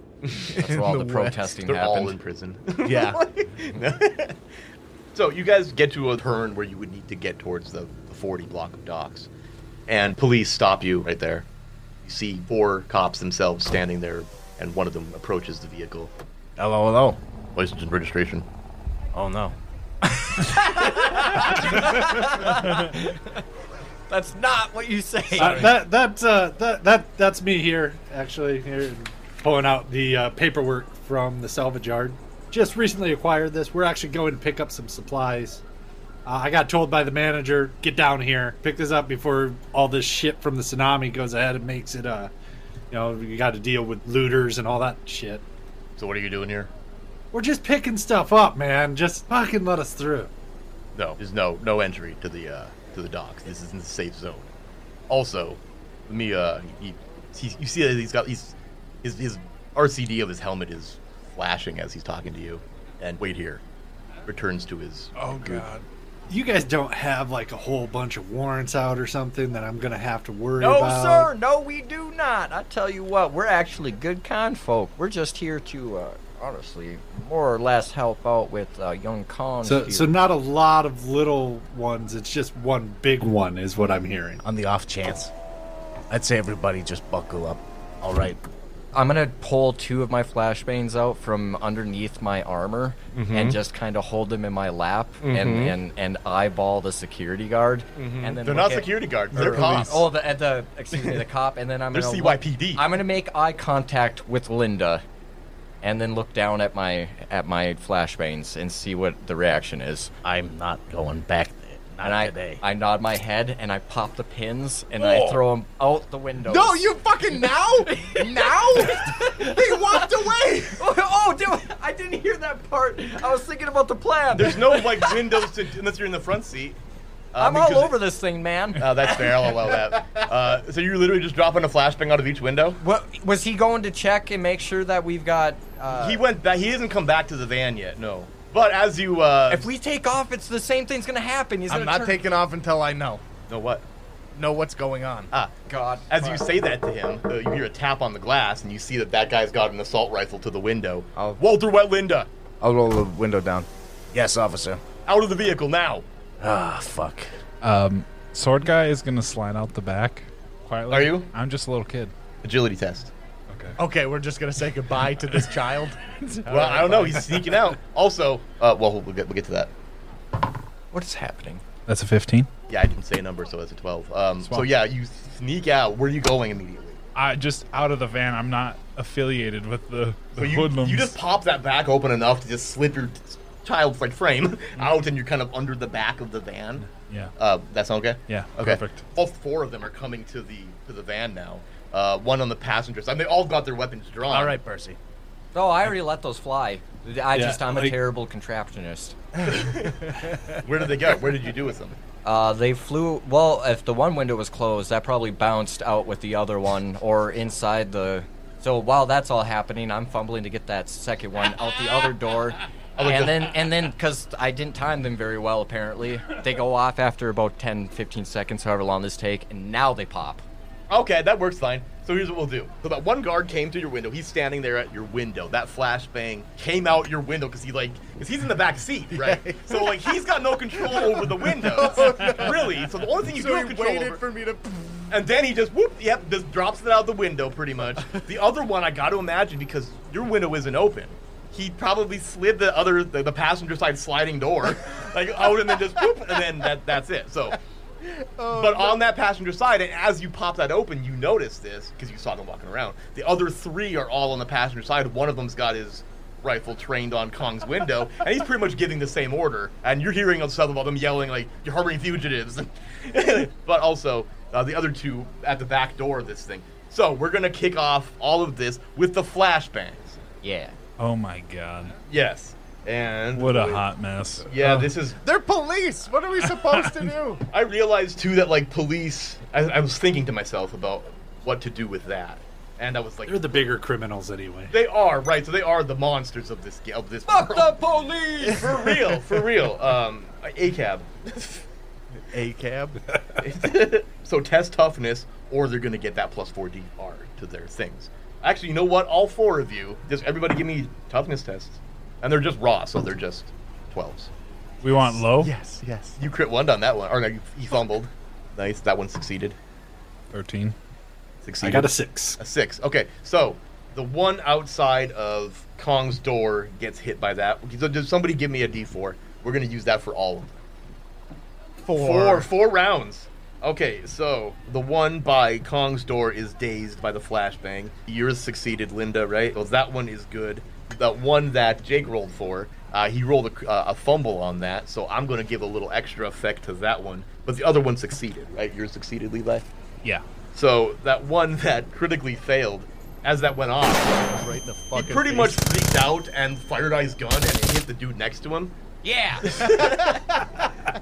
[SPEAKER 7] That's where all the, protesting
[SPEAKER 1] They're all
[SPEAKER 7] happened.
[SPEAKER 1] in prison.
[SPEAKER 8] yeah.
[SPEAKER 1] so you guys get to a turn where you would need to get towards the, the 40 block of docks, and police stop you right there. You see four cops themselves standing there, and one of them approaches the vehicle.
[SPEAKER 8] Hello, hello.
[SPEAKER 1] License and registration.
[SPEAKER 8] Oh no.
[SPEAKER 7] That's not what you say.
[SPEAKER 5] Uh, that that uh, that that that's me here actually here pulling out the uh, paperwork from the salvage yard. Just recently acquired this. We're actually going to pick up some supplies. Uh, I got told by the manager, get down here, pick this up before all this shit from the tsunami goes ahead and makes it. Uh, you know, you got to deal with looters and all that shit.
[SPEAKER 1] So what are you doing here?
[SPEAKER 5] We're just picking stuff up, man. Just fucking let us through.
[SPEAKER 1] No, there's no no entry to the uh, to the docks. This is in the safe zone. Also, let me uh, he, he, you see that he's got he's his his RCD of his helmet is flashing as he's talking to you. And wait here, returns to his
[SPEAKER 6] Oh, God.
[SPEAKER 5] You guys don't have like a whole bunch of warrants out or something that I'm gonna have to worry
[SPEAKER 7] No,
[SPEAKER 5] about.
[SPEAKER 7] sir. No, we do not. I tell you what, we're actually good con folk. We're just here to, uh, honestly, more or less help out with uh, young cons.
[SPEAKER 5] So,
[SPEAKER 7] here.
[SPEAKER 5] so not a lot of little ones. It's just one big one, is what I'm hearing.
[SPEAKER 8] On the off chance, I'd say everybody just buckle up. All right.
[SPEAKER 7] I'm gonna pull two of my flashbangs out from underneath my armor
[SPEAKER 5] Mm-hmm.
[SPEAKER 7] and just kind of hold them in my lap and, and and eyeball the security guard.
[SPEAKER 5] Mm-hmm.
[SPEAKER 7] And then
[SPEAKER 1] They're
[SPEAKER 7] look
[SPEAKER 1] not
[SPEAKER 7] at-
[SPEAKER 1] security guards. They're
[SPEAKER 7] or-
[SPEAKER 1] cops.
[SPEAKER 7] Oh, the at the excuse me, the cop. And then I'm
[SPEAKER 1] They're
[SPEAKER 7] gonna look-
[SPEAKER 1] CYPD.
[SPEAKER 7] I'm gonna make eye contact with Linda, and then look down at my at my flashbangs and see what the reaction is.
[SPEAKER 8] I'm not going back there. Not
[SPEAKER 7] and I,
[SPEAKER 8] today.
[SPEAKER 7] I nod my head and I pop the pins and I throw them out the window.
[SPEAKER 1] No, you fucking now? now? He walked away.
[SPEAKER 7] Oh, oh, dude, I didn't hear that part. I was thinking about the plan.
[SPEAKER 1] There's no like windows to, unless you're in the front seat. Uh,
[SPEAKER 7] I'm all
[SPEAKER 1] because-
[SPEAKER 7] over this thing, man.
[SPEAKER 1] Oh, that's fair. LOL that. Uh, so you're literally just dropping a flashbang out of each window.
[SPEAKER 7] what was he going to check and make sure that we've got? Uh,
[SPEAKER 1] He went back. He hasn't come back to the van yet. No. But as you, uh,
[SPEAKER 7] if we take off, it's the same thing's gonna happen. He's
[SPEAKER 2] I'm
[SPEAKER 7] gonna
[SPEAKER 2] not
[SPEAKER 7] turn-
[SPEAKER 2] taking off until I know.
[SPEAKER 1] no what?
[SPEAKER 2] Know what's going on.
[SPEAKER 1] Ah,
[SPEAKER 7] God.
[SPEAKER 1] as you say that to him, uh, you hear a tap on the glass, and you see that that guy's got an assault rifle to the window.
[SPEAKER 7] Oh.
[SPEAKER 2] I'll-
[SPEAKER 1] Walter Wetlinda,
[SPEAKER 2] I'll roll the window down.
[SPEAKER 8] Yes, officer.
[SPEAKER 1] out of the vehicle now.
[SPEAKER 8] Ah, fuck.
[SPEAKER 3] Um, sword guy is gonna slide out the back quietly.
[SPEAKER 1] Are you?
[SPEAKER 3] I'm just a little kid.
[SPEAKER 1] Agility test.
[SPEAKER 2] Okay, we're just gonna say goodbye to this child.
[SPEAKER 1] Well, I don't
[SPEAKER 2] Oh
[SPEAKER 1] know. He's sneaking out. Also, uh, well, we'll get, we'll get to that.
[SPEAKER 7] What is happening?
[SPEAKER 3] That's a 15.
[SPEAKER 1] Yeah, I didn't say a number, so that's a 12. Um, so, yeah, you sneak out. Where are you going immediately?
[SPEAKER 3] I just out of the van. I'm not affiliated with the, the
[SPEAKER 1] So you,
[SPEAKER 3] hoodlums.
[SPEAKER 1] you just pop that back open enough to just slip your t- child's like frame out, and you're kind of under the back of the van.
[SPEAKER 3] Mm. yeah.
[SPEAKER 1] Uh, that sound okay?
[SPEAKER 3] Yeah,
[SPEAKER 1] Okay.
[SPEAKER 3] perfect.
[SPEAKER 1] All four of them are coming to the to the van now. Uh, one on the passenger side. They all got their weapons drawn.
[SPEAKER 8] All right, Percy.
[SPEAKER 7] Oh, I already let those fly. I
[SPEAKER 5] Yeah,
[SPEAKER 7] just I'm a
[SPEAKER 5] like-
[SPEAKER 7] terrible contraptionist.
[SPEAKER 1] Where did they go? Where did you do with them?
[SPEAKER 7] Uh, they flew. Well, if the one window was closed, that probably bounced out with the other one or inside the. So while that's all happening, I'm fumbling to get that second one out the other door,
[SPEAKER 1] Oh,
[SPEAKER 7] and then and then because I didn't time them very well, apparently they go off after about 10, 15 seconds, however long this take, and now they pop.
[SPEAKER 1] Okay, that works fine. So here's what we'll do. So that one guard came to your window. He's standing there at your window. That flashbang came out your window because he like because he's in the back seat, right? So like he's got no control over the window, really. So the only thing you do have control over,
[SPEAKER 2] me to.
[SPEAKER 1] and then he just whoop, yep, just drops it out the window pretty much. the other one I got to imagine because your window isn't open. He probably slid the other the, the passenger side sliding door like out and then just whoop, and then that that's it. So
[SPEAKER 2] Oh,
[SPEAKER 1] but on that passenger side, and as you pop that open, you notice this because you saw them walking around. The other three are all on the passenger side. One of them's got his rifle trained on Kong's window, and he's pretty much giving the same order. And you're hearing on some of them yelling like "You're harboring fugitives," but also uh, the other two at the back door of this thing. So we're gonna kick off all of this with the flashbangs.
[SPEAKER 7] Yeah.
[SPEAKER 3] oh my god.
[SPEAKER 1] Yes, and
[SPEAKER 3] What a hot mess.
[SPEAKER 1] yeah, this is
[SPEAKER 2] They're police. What are we supposed to do?
[SPEAKER 1] I realized too that like police. I, I was thinking to myself about what to do with that, and I was like,
[SPEAKER 5] They're the bigger criminals anyway.
[SPEAKER 1] they are right. So they are the monsters of this ga- of this
[SPEAKER 7] Fuck
[SPEAKER 1] world.
[SPEAKER 7] the police!
[SPEAKER 1] for real, for real. Um, a cab.
[SPEAKER 2] A cab.
[SPEAKER 1] so test toughness, or they're gonna get that plus four DR to their things. Actually, you know what? All four of you, just everybody, give me toughness tests, and they're just raw, so they're just twelves.
[SPEAKER 3] We want low.
[SPEAKER 2] Yes, yes.
[SPEAKER 1] You crit one on that one, or no? You, you fumbled. Nice. That one succeeded.
[SPEAKER 3] 13.
[SPEAKER 1] Succeeded.
[SPEAKER 5] I got a six.
[SPEAKER 1] A six. Okay, so the one outside of Kong's door gets hit by that. So did somebody give me a D4? We're gonna use that for all of them. Four, four rounds. Okay, so the one by Kong's door is dazed by the flashbang. Yours succeeded, Linda, right? Well, that one is good. That one that Jake rolled for, uh, he rolled a, uh, a fumble on that, so I'm going to give a little extra effect to that one. But the other one succeeded, right? Yours succeeded, Levi?
[SPEAKER 3] Yeah.
[SPEAKER 1] So that one that critically failed, as that went off,
[SPEAKER 2] Right in the
[SPEAKER 1] he
[SPEAKER 2] fucking.
[SPEAKER 1] pretty much freaked out and fired out his gun and it hit the dude next to him.
[SPEAKER 7] Yeah.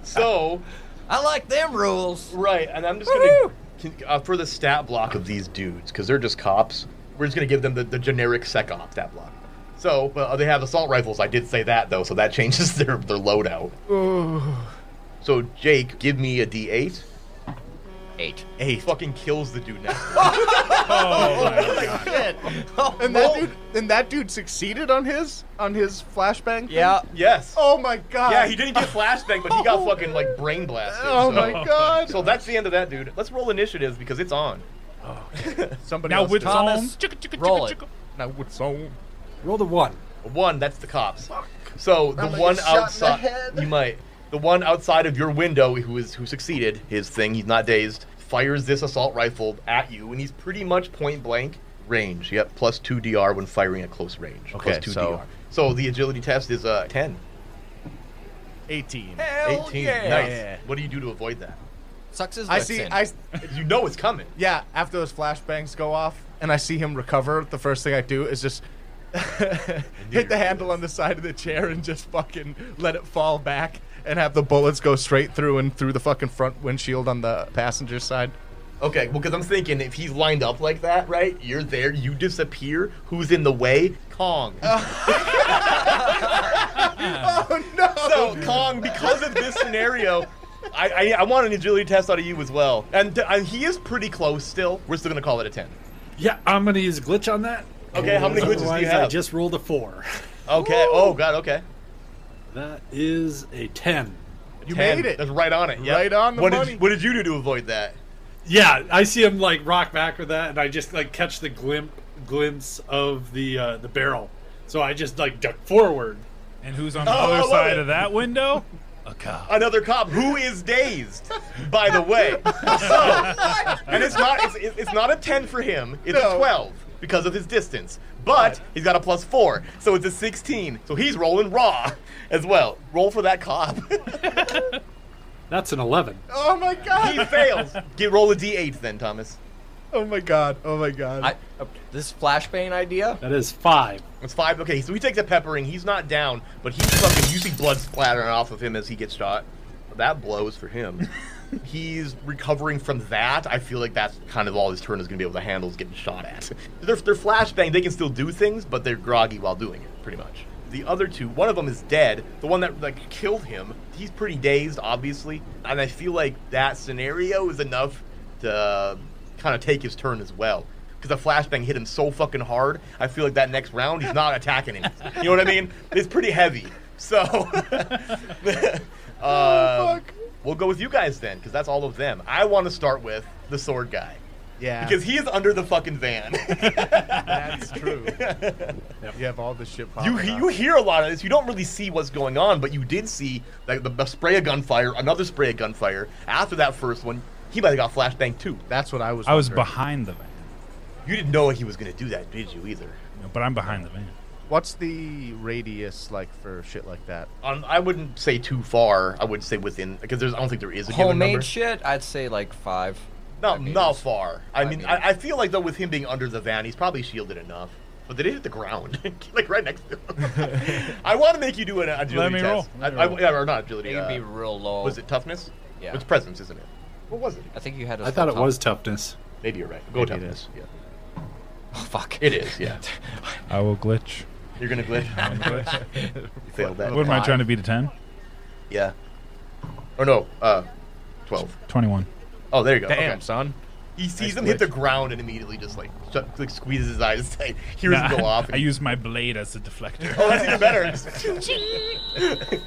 [SPEAKER 1] So,
[SPEAKER 7] I like them rules.
[SPEAKER 1] right, and I'm just gonna can, uh, for the stat block of these dudes because they're just cops. We're just gonna give them the, the generic secop stat block. So uh, they have assault rifles. I did say that though, so that changes their their loadout. So Jake, give me a D8.
[SPEAKER 7] Eight.
[SPEAKER 1] He fucking kills the dude next. to him.
[SPEAKER 3] Oh my
[SPEAKER 2] And that dude. And that dude succeeded on his on his flashbang. thing?
[SPEAKER 7] Yeah.
[SPEAKER 1] yes.
[SPEAKER 2] Oh my god.
[SPEAKER 1] Yeah, he didn't get flashbang, but he got fucking like brain blasted.
[SPEAKER 2] Oh
[SPEAKER 1] so.
[SPEAKER 2] my god.
[SPEAKER 1] So that's the end of that, dude. Let's roll initiative because it's on.
[SPEAKER 2] Somebody
[SPEAKER 3] now
[SPEAKER 2] else
[SPEAKER 3] with
[SPEAKER 2] did.
[SPEAKER 7] Thomas,
[SPEAKER 3] Chicka, chicka,
[SPEAKER 7] roll
[SPEAKER 3] chicka,
[SPEAKER 7] it.
[SPEAKER 3] chicka.
[SPEAKER 2] Now with some.
[SPEAKER 5] Roll the one.
[SPEAKER 1] One, that's the cops. So the
[SPEAKER 2] I'm gonna
[SPEAKER 1] one
[SPEAKER 2] get shot in the
[SPEAKER 1] outside,
[SPEAKER 2] head.
[SPEAKER 1] you might, the one outside of your window who is who succeeded his thing. He's not dazed. Fires this assault rifle at you, and he's pretty much point blank range. Yep, plus two DR when firing at close range.
[SPEAKER 2] Okay,
[SPEAKER 1] plus two
[SPEAKER 2] so-
[SPEAKER 1] DR. So the agility test is uh, ten.
[SPEAKER 10] 18.
[SPEAKER 1] 18.
[SPEAKER 10] yeah.
[SPEAKER 1] Nice. What do you do to avoid that?
[SPEAKER 7] Sucks his
[SPEAKER 2] I
[SPEAKER 7] lips
[SPEAKER 2] see.
[SPEAKER 7] in.
[SPEAKER 2] I s-
[SPEAKER 1] You know it's coming.
[SPEAKER 2] yeah. After those flashbangs go off, and I see him recover, the first thing I do is just hit the handle on the side of the chair and just fucking let it fall back and have the bullets go straight through and through the fucking front windshield on the passenger side.
[SPEAKER 1] Okay, well, because I'm thinking if he's lined up like that, right? You're there, you disappear. Who's in the way? Kong.
[SPEAKER 2] Oh no!
[SPEAKER 1] so, Kong, because of this scenario, I, I, I want an agility test out of you as well. And, uh, he is pretty close still. We're still going to call it a 10.
[SPEAKER 5] Yeah, I'm gonna use a glitch on that.
[SPEAKER 1] Okay, how many glitches do you
[SPEAKER 5] Otherwise, I
[SPEAKER 1] have?
[SPEAKER 5] just rolled a four.
[SPEAKER 1] Okay. Oh, God, okay.
[SPEAKER 5] That is a ten.
[SPEAKER 2] You
[SPEAKER 1] 10.
[SPEAKER 2] made it.
[SPEAKER 1] That's right on it. yep.
[SPEAKER 2] Right on the
[SPEAKER 1] what
[SPEAKER 2] money.
[SPEAKER 1] Did, what did you do to avoid that?
[SPEAKER 5] Yeah, I see him like rock back with that, and I just like catch the glimp glimpse of the uh, the barrel. So I just like duck forward.
[SPEAKER 3] And who's on the
[SPEAKER 1] Oh, I
[SPEAKER 3] other
[SPEAKER 1] love
[SPEAKER 3] side
[SPEAKER 1] it.
[SPEAKER 3] of that window? A cop.
[SPEAKER 1] Another cop who is dazed, by the way. So, and it's not it's, it's- it's not a 10 for him. It's a 12 because of his distance. But he's got a plus 4, so it's a 16. So he's rolling raw as well. Roll for that cop.
[SPEAKER 5] That's an eleven.
[SPEAKER 2] Oh my god!
[SPEAKER 1] he fails. Get roll a d8 then, Thomas.
[SPEAKER 2] Oh my god! Oh my god!
[SPEAKER 7] I, uh, this flashbang idea.
[SPEAKER 5] That is five.
[SPEAKER 1] It's 5. Okay, so he takes a peppering. He's not down, but he's fucking you see blood splattering off of him as he gets shot. That blows for him. he's recovering from that. I feel like that's kind of all his turn is going to be able to handle is getting shot at. They're, they're flashbang. They can still do things, but they're groggy while doing it, pretty much. The other two, one of them is dead. The one that like killed him, he's pretty dazed, obviously. And I feel like that scenario is enough to kind of take his turn as well. Because the flashbang hit him so fucking hard, I feel like that next round he's not attacking him. You know what I mean? It's pretty heavy. So, uh, we'll go with you guys then, because that's all of them. I want to start with the sword guy
[SPEAKER 10] Yeah.
[SPEAKER 1] because he is under the fucking van.
[SPEAKER 2] That's true. You have all this shit popping
[SPEAKER 1] you
[SPEAKER 2] up.
[SPEAKER 1] you hear a lot of this. You don't really see what's going on, but you did see like the, the spray of gunfire, another spray of gunfire after that first one. He might have got flashbang too.
[SPEAKER 2] That's what I was.
[SPEAKER 3] I was
[SPEAKER 2] wondering.
[SPEAKER 3] behind the van.
[SPEAKER 1] You didn't know he was going to do that, did you? Either.
[SPEAKER 3] No, But I'm behind the van.
[SPEAKER 2] What's the radius like for shit like that?
[SPEAKER 1] Um, I wouldn't say too far. I would say within because there's. I don't think there is a given
[SPEAKER 7] Homemade
[SPEAKER 1] number.
[SPEAKER 7] shit. I'd say like five.
[SPEAKER 1] not
[SPEAKER 7] five
[SPEAKER 1] not
[SPEAKER 7] meters.
[SPEAKER 1] far. I
[SPEAKER 7] Five
[SPEAKER 1] mean,
[SPEAKER 7] meters.
[SPEAKER 1] I, I feel like though with him being under the van, he's probably shielded enough. But they did hit the ground, like right next to him. I want to make you do an agility
[SPEAKER 3] me
[SPEAKER 1] test.
[SPEAKER 3] roll. Let me
[SPEAKER 1] I- I-
[SPEAKER 3] roll.
[SPEAKER 1] yeah, or not agility.
[SPEAKER 7] It can be
[SPEAKER 1] uh,
[SPEAKER 7] real low.
[SPEAKER 1] Was it toughness?
[SPEAKER 7] Yeah.
[SPEAKER 1] It's presence, isn't it? What was it?
[SPEAKER 7] I think you had.
[SPEAKER 5] I thought it was toughness.
[SPEAKER 1] Maybe you're right. Go toughness. Yeah.
[SPEAKER 7] Oh, fuck.
[SPEAKER 1] It is. Yeah.
[SPEAKER 3] I will glitch.
[SPEAKER 1] You're gonna glitch.
[SPEAKER 3] glitch.
[SPEAKER 1] you failed that.
[SPEAKER 3] what am I trying to beat a 10?
[SPEAKER 1] Yeah. Or no. Uh, twelve.
[SPEAKER 3] 21.
[SPEAKER 1] Oh, there you go.
[SPEAKER 10] Damn,
[SPEAKER 1] Okay.
[SPEAKER 10] son.
[SPEAKER 1] He sees
[SPEAKER 10] Nice
[SPEAKER 1] him hit the
[SPEAKER 10] glitch.
[SPEAKER 1] ground and immediately just like shut, like squeezes his eyes tight. Hears
[SPEAKER 3] Nah,
[SPEAKER 1] him go off.
[SPEAKER 3] I
[SPEAKER 1] and-
[SPEAKER 3] use my blade as a deflector.
[SPEAKER 1] Oh, that's even better.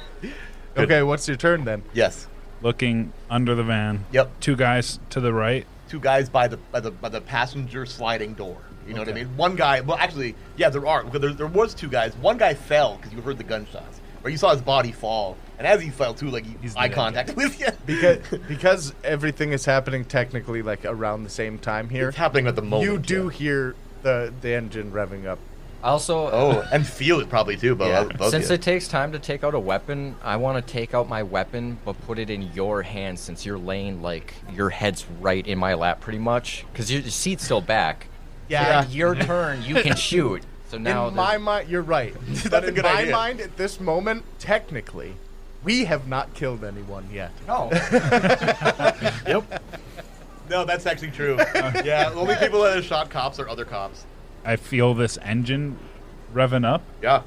[SPEAKER 2] Okay, what's your turn then?
[SPEAKER 1] yes.
[SPEAKER 3] Looking under the van.
[SPEAKER 1] Yep.
[SPEAKER 3] Two guys to the right.
[SPEAKER 1] Two guys by the by the by the passenger sliding door. You know what I mean? One guy. Well, actually, yeah, there are. There, there was two guys. One guy fell because you heard the gunshots, or you saw his body fall, and as he fell too, like he, eye contact with you.
[SPEAKER 2] Because because everything is happening technically like around the same time here.
[SPEAKER 1] It's happening at the moment.
[SPEAKER 2] You do
[SPEAKER 1] yeah.
[SPEAKER 2] hear the the engine revving up.
[SPEAKER 7] Also,
[SPEAKER 1] Oh, and feel it probably too, but
[SPEAKER 2] Yeah.
[SPEAKER 7] since it takes time to take out a weapon, I want to take out my weapon but put it in your hand since you're laying like your head's right in my lap pretty much because your your seat's still back.
[SPEAKER 2] Yeah.
[SPEAKER 7] Like, your turn. You can shoot. So now
[SPEAKER 2] in
[SPEAKER 7] there's-
[SPEAKER 2] my mind, you're right. but
[SPEAKER 1] That's a
[SPEAKER 2] in
[SPEAKER 1] good
[SPEAKER 2] my
[SPEAKER 1] idea.
[SPEAKER 2] mind, at this moment, technically, we have not killed anyone yet.
[SPEAKER 7] no.
[SPEAKER 5] Yep.
[SPEAKER 1] no, that's actually true. yeah, the only people that have shot cops are other cops.
[SPEAKER 3] I feel this engine revving up.
[SPEAKER 1] Yeah.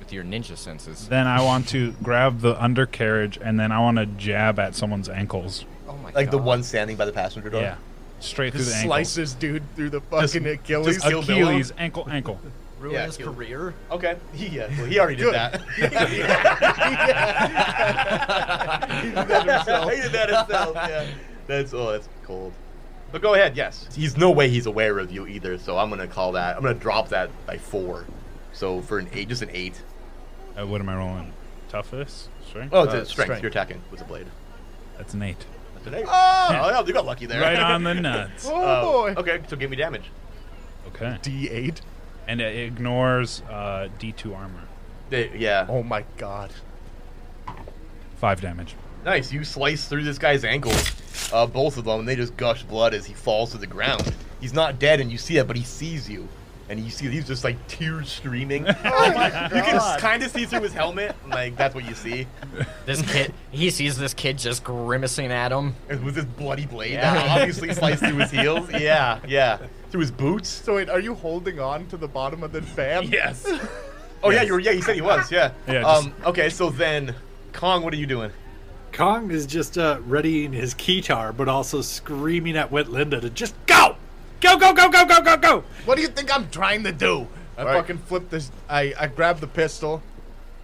[SPEAKER 7] With your ninja senses.
[SPEAKER 3] Then I want to grab the undercarriage and then I want to jab at someone's ankles.
[SPEAKER 7] Oh my god.
[SPEAKER 1] Like the one standing by the passenger door.
[SPEAKER 3] Yeah. Straight through the
[SPEAKER 2] Just
[SPEAKER 3] ankle.
[SPEAKER 2] slices dude through the fucking Achilles.
[SPEAKER 1] just Kill Bill.
[SPEAKER 3] Achilles, ankle, ankle.
[SPEAKER 7] Ruin
[SPEAKER 1] Yeah,
[SPEAKER 7] his
[SPEAKER 1] kill-
[SPEAKER 7] career.
[SPEAKER 1] Okay. He, yeah, well, he already did
[SPEAKER 2] Good.
[SPEAKER 1] that. he did that himself. he did that himself. Yeah. That's oh, that's cold. But go ahead. Yes, he's no way he's aware of you either. So I'm gonna call that. I'm gonna drop that by four. So for an eight, just an eight.
[SPEAKER 3] Uh, what am I rolling? Toughness? Strength?
[SPEAKER 1] Oh, it's a
[SPEAKER 2] Uh,
[SPEAKER 1] strength.
[SPEAKER 2] strength.
[SPEAKER 1] You're attacking with a blade.
[SPEAKER 3] That's an 8.
[SPEAKER 1] That's an eight. Oh,
[SPEAKER 3] Yeah.
[SPEAKER 1] yeah, you got lucky there.
[SPEAKER 3] Right on the nuts.
[SPEAKER 2] Oh
[SPEAKER 1] Uh,
[SPEAKER 2] boy.
[SPEAKER 1] Okay, so give me damage.
[SPEAKER 3] Okay.
[SPEAKER 2] D8.
[SPEAKER 3] And it ignores uh, D2 armor.
[SPEAKER 1] Uh, yeah.
[SPEAKER 2] Oh my god.
[SPEAKER 3] Five damage.
[SPEAKER 1] Nice. You slice through this guy's ankles, uh, both of them, and they just gush blood as he falls to the ground. He's not dead, and you see that, but he sees you. And you see he's just like tears streaming. you can kind of see through his helmet. Like, that's what you see.
[SPEAKER 7] This kid, he sees this kid just grimacing at him.
[SPEAKER 1] And With this bloody blade that obviously sliced through his heels. Yeah, yeah. Through his boots.
[SPEAKER 2] So wait, are you holding on to the bottom of the van?
[SPEAKER 3] Yes.
[SPEAKER 1] Oh, yeah, you were, yeah, you said he was, yeah.
[SPEAKER 3] Yeah, just-
[SPEAKER 1] um, okay, so then, Kong, what are you doing?
[SPEAKER 5] Kong is just uh, readying his keytar, but also screaming at Wet Linda to just go, go, go, go, go, go, go, go.
[SPEAKER 2] What do you think I'm trying to do? I
[SPEAKER 1] Right.
[SPEAKER 2] fucking flip this. I, I grab the pistol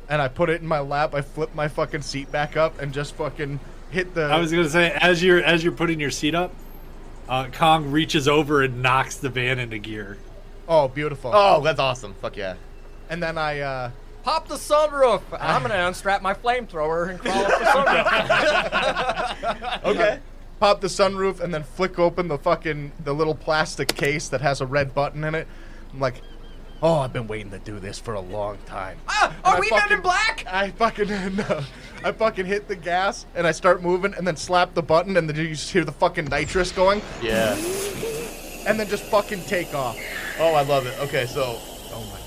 [SPEAKER 2] and I put it in my lap. I flip my fucking seat back up and just fucking hit the.
[SPEAKER 5] I was gonna say as you're as you're putting your seat up, uh, Kong reaches over and knocks the van into gear.
[SPEAKER 2] oh, beautiful.
[SPEAKER 1] Oh, that's awesome. Fuck yeah.
[SPEAKER 2] And then I, uh.
[SPEAKER 7] Pop the sunroof. I'm gonna unstrap my flamethrower and crawl up the sunroof.
[SPEAKER 1] Okay.
[SPEAKER 2] pop the sunroof and then flick open the fucking the little plastic case that has a red button in it. I'm like, oh, I've been waiting to do this for a long time.
[SPEAKER 7] Ah,
[SPEAKER 2] And I
[SPEAKER 7] are we men
[SPEAKER 2] fucking-
[SPEAKER 7] in black?
[SPEAKER 2] I fucking no, I fucking hit the gas and I start moving and then slap the button and then you just hear the fucking nitrous going
[SPEAKER 1] Yeah.
[SPEAKER 2] and then just fucking take off.
[SPEAKER 1] Oh, I love it. Okay, so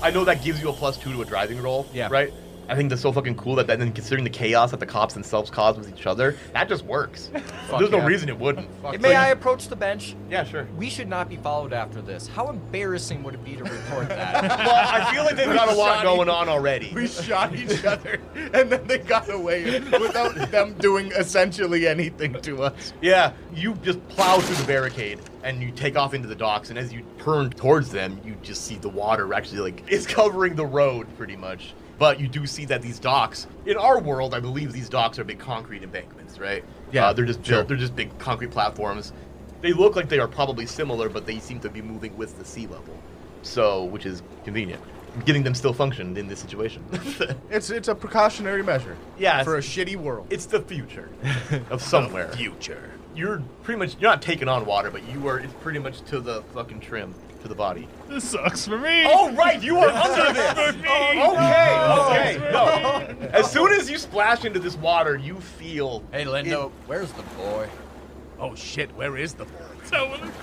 [SPEAKER 1] I know that gives you a plus two to a driving roll.
[SPEAKER 2] Yeah.
[SPEAKER 1] Right. I think that's so fucking cool that then considering the chaos that the cops themselves cause with each other, that just works. There's
[SPEAKER 2] yeah.
[SPEAKER 1] no reason it wouldn't.
[SPEAKER 7] May I approach the bench?
[SPEAKER 1] Yeah, sure.
[SPEAKER 7] We should not be followed after this. How embarrassing would it be to report that?
[SPEAKER 1] Well, I feel like they've got a lot going on already.
[SPEAKER 2] We shot each other and then they got away without them doing essentially anything to us.
[SPEAKER 1] Yeah, you just plow through the barricade and you take off into the docks, and as you turn towards them, you just see the water actually like it's covering the road pretty much. But you do see that these docks, in our world, I believe these docks are big concrete embankments, right?
[SPEAKER 2] Yeah,
[SPEAKER 1] uh, they're just built. They're just big concrete platforms. They look like they are probably similar, but they seem to be moving with the sea level, so which is convenient. Getting them still functioned in this situation.
[SPEAKER 2] It's it's a precautionary measure.
[SPEAKER 1] Yeah,
[SPEAKER 2] for a
[SPEAKER 1] it's-
[SPEAKER 2] shitty world.
[SPEAKER 1] It's the future of somewhere. future. You're pretty much you're not taking on water, but you are it's pretty much to the fucking trim to the body.
[SPEAKER 3] This sucks for me.
[SPEAKER 1] Oh right, you are under Oh, this. Oh, Okay, okay. No. As soon as you splash into this water, you feel
[SPEAKER 7] hey, Lindo, where's the boy?
[SPEAKER 2] Oh shit, where is the boy?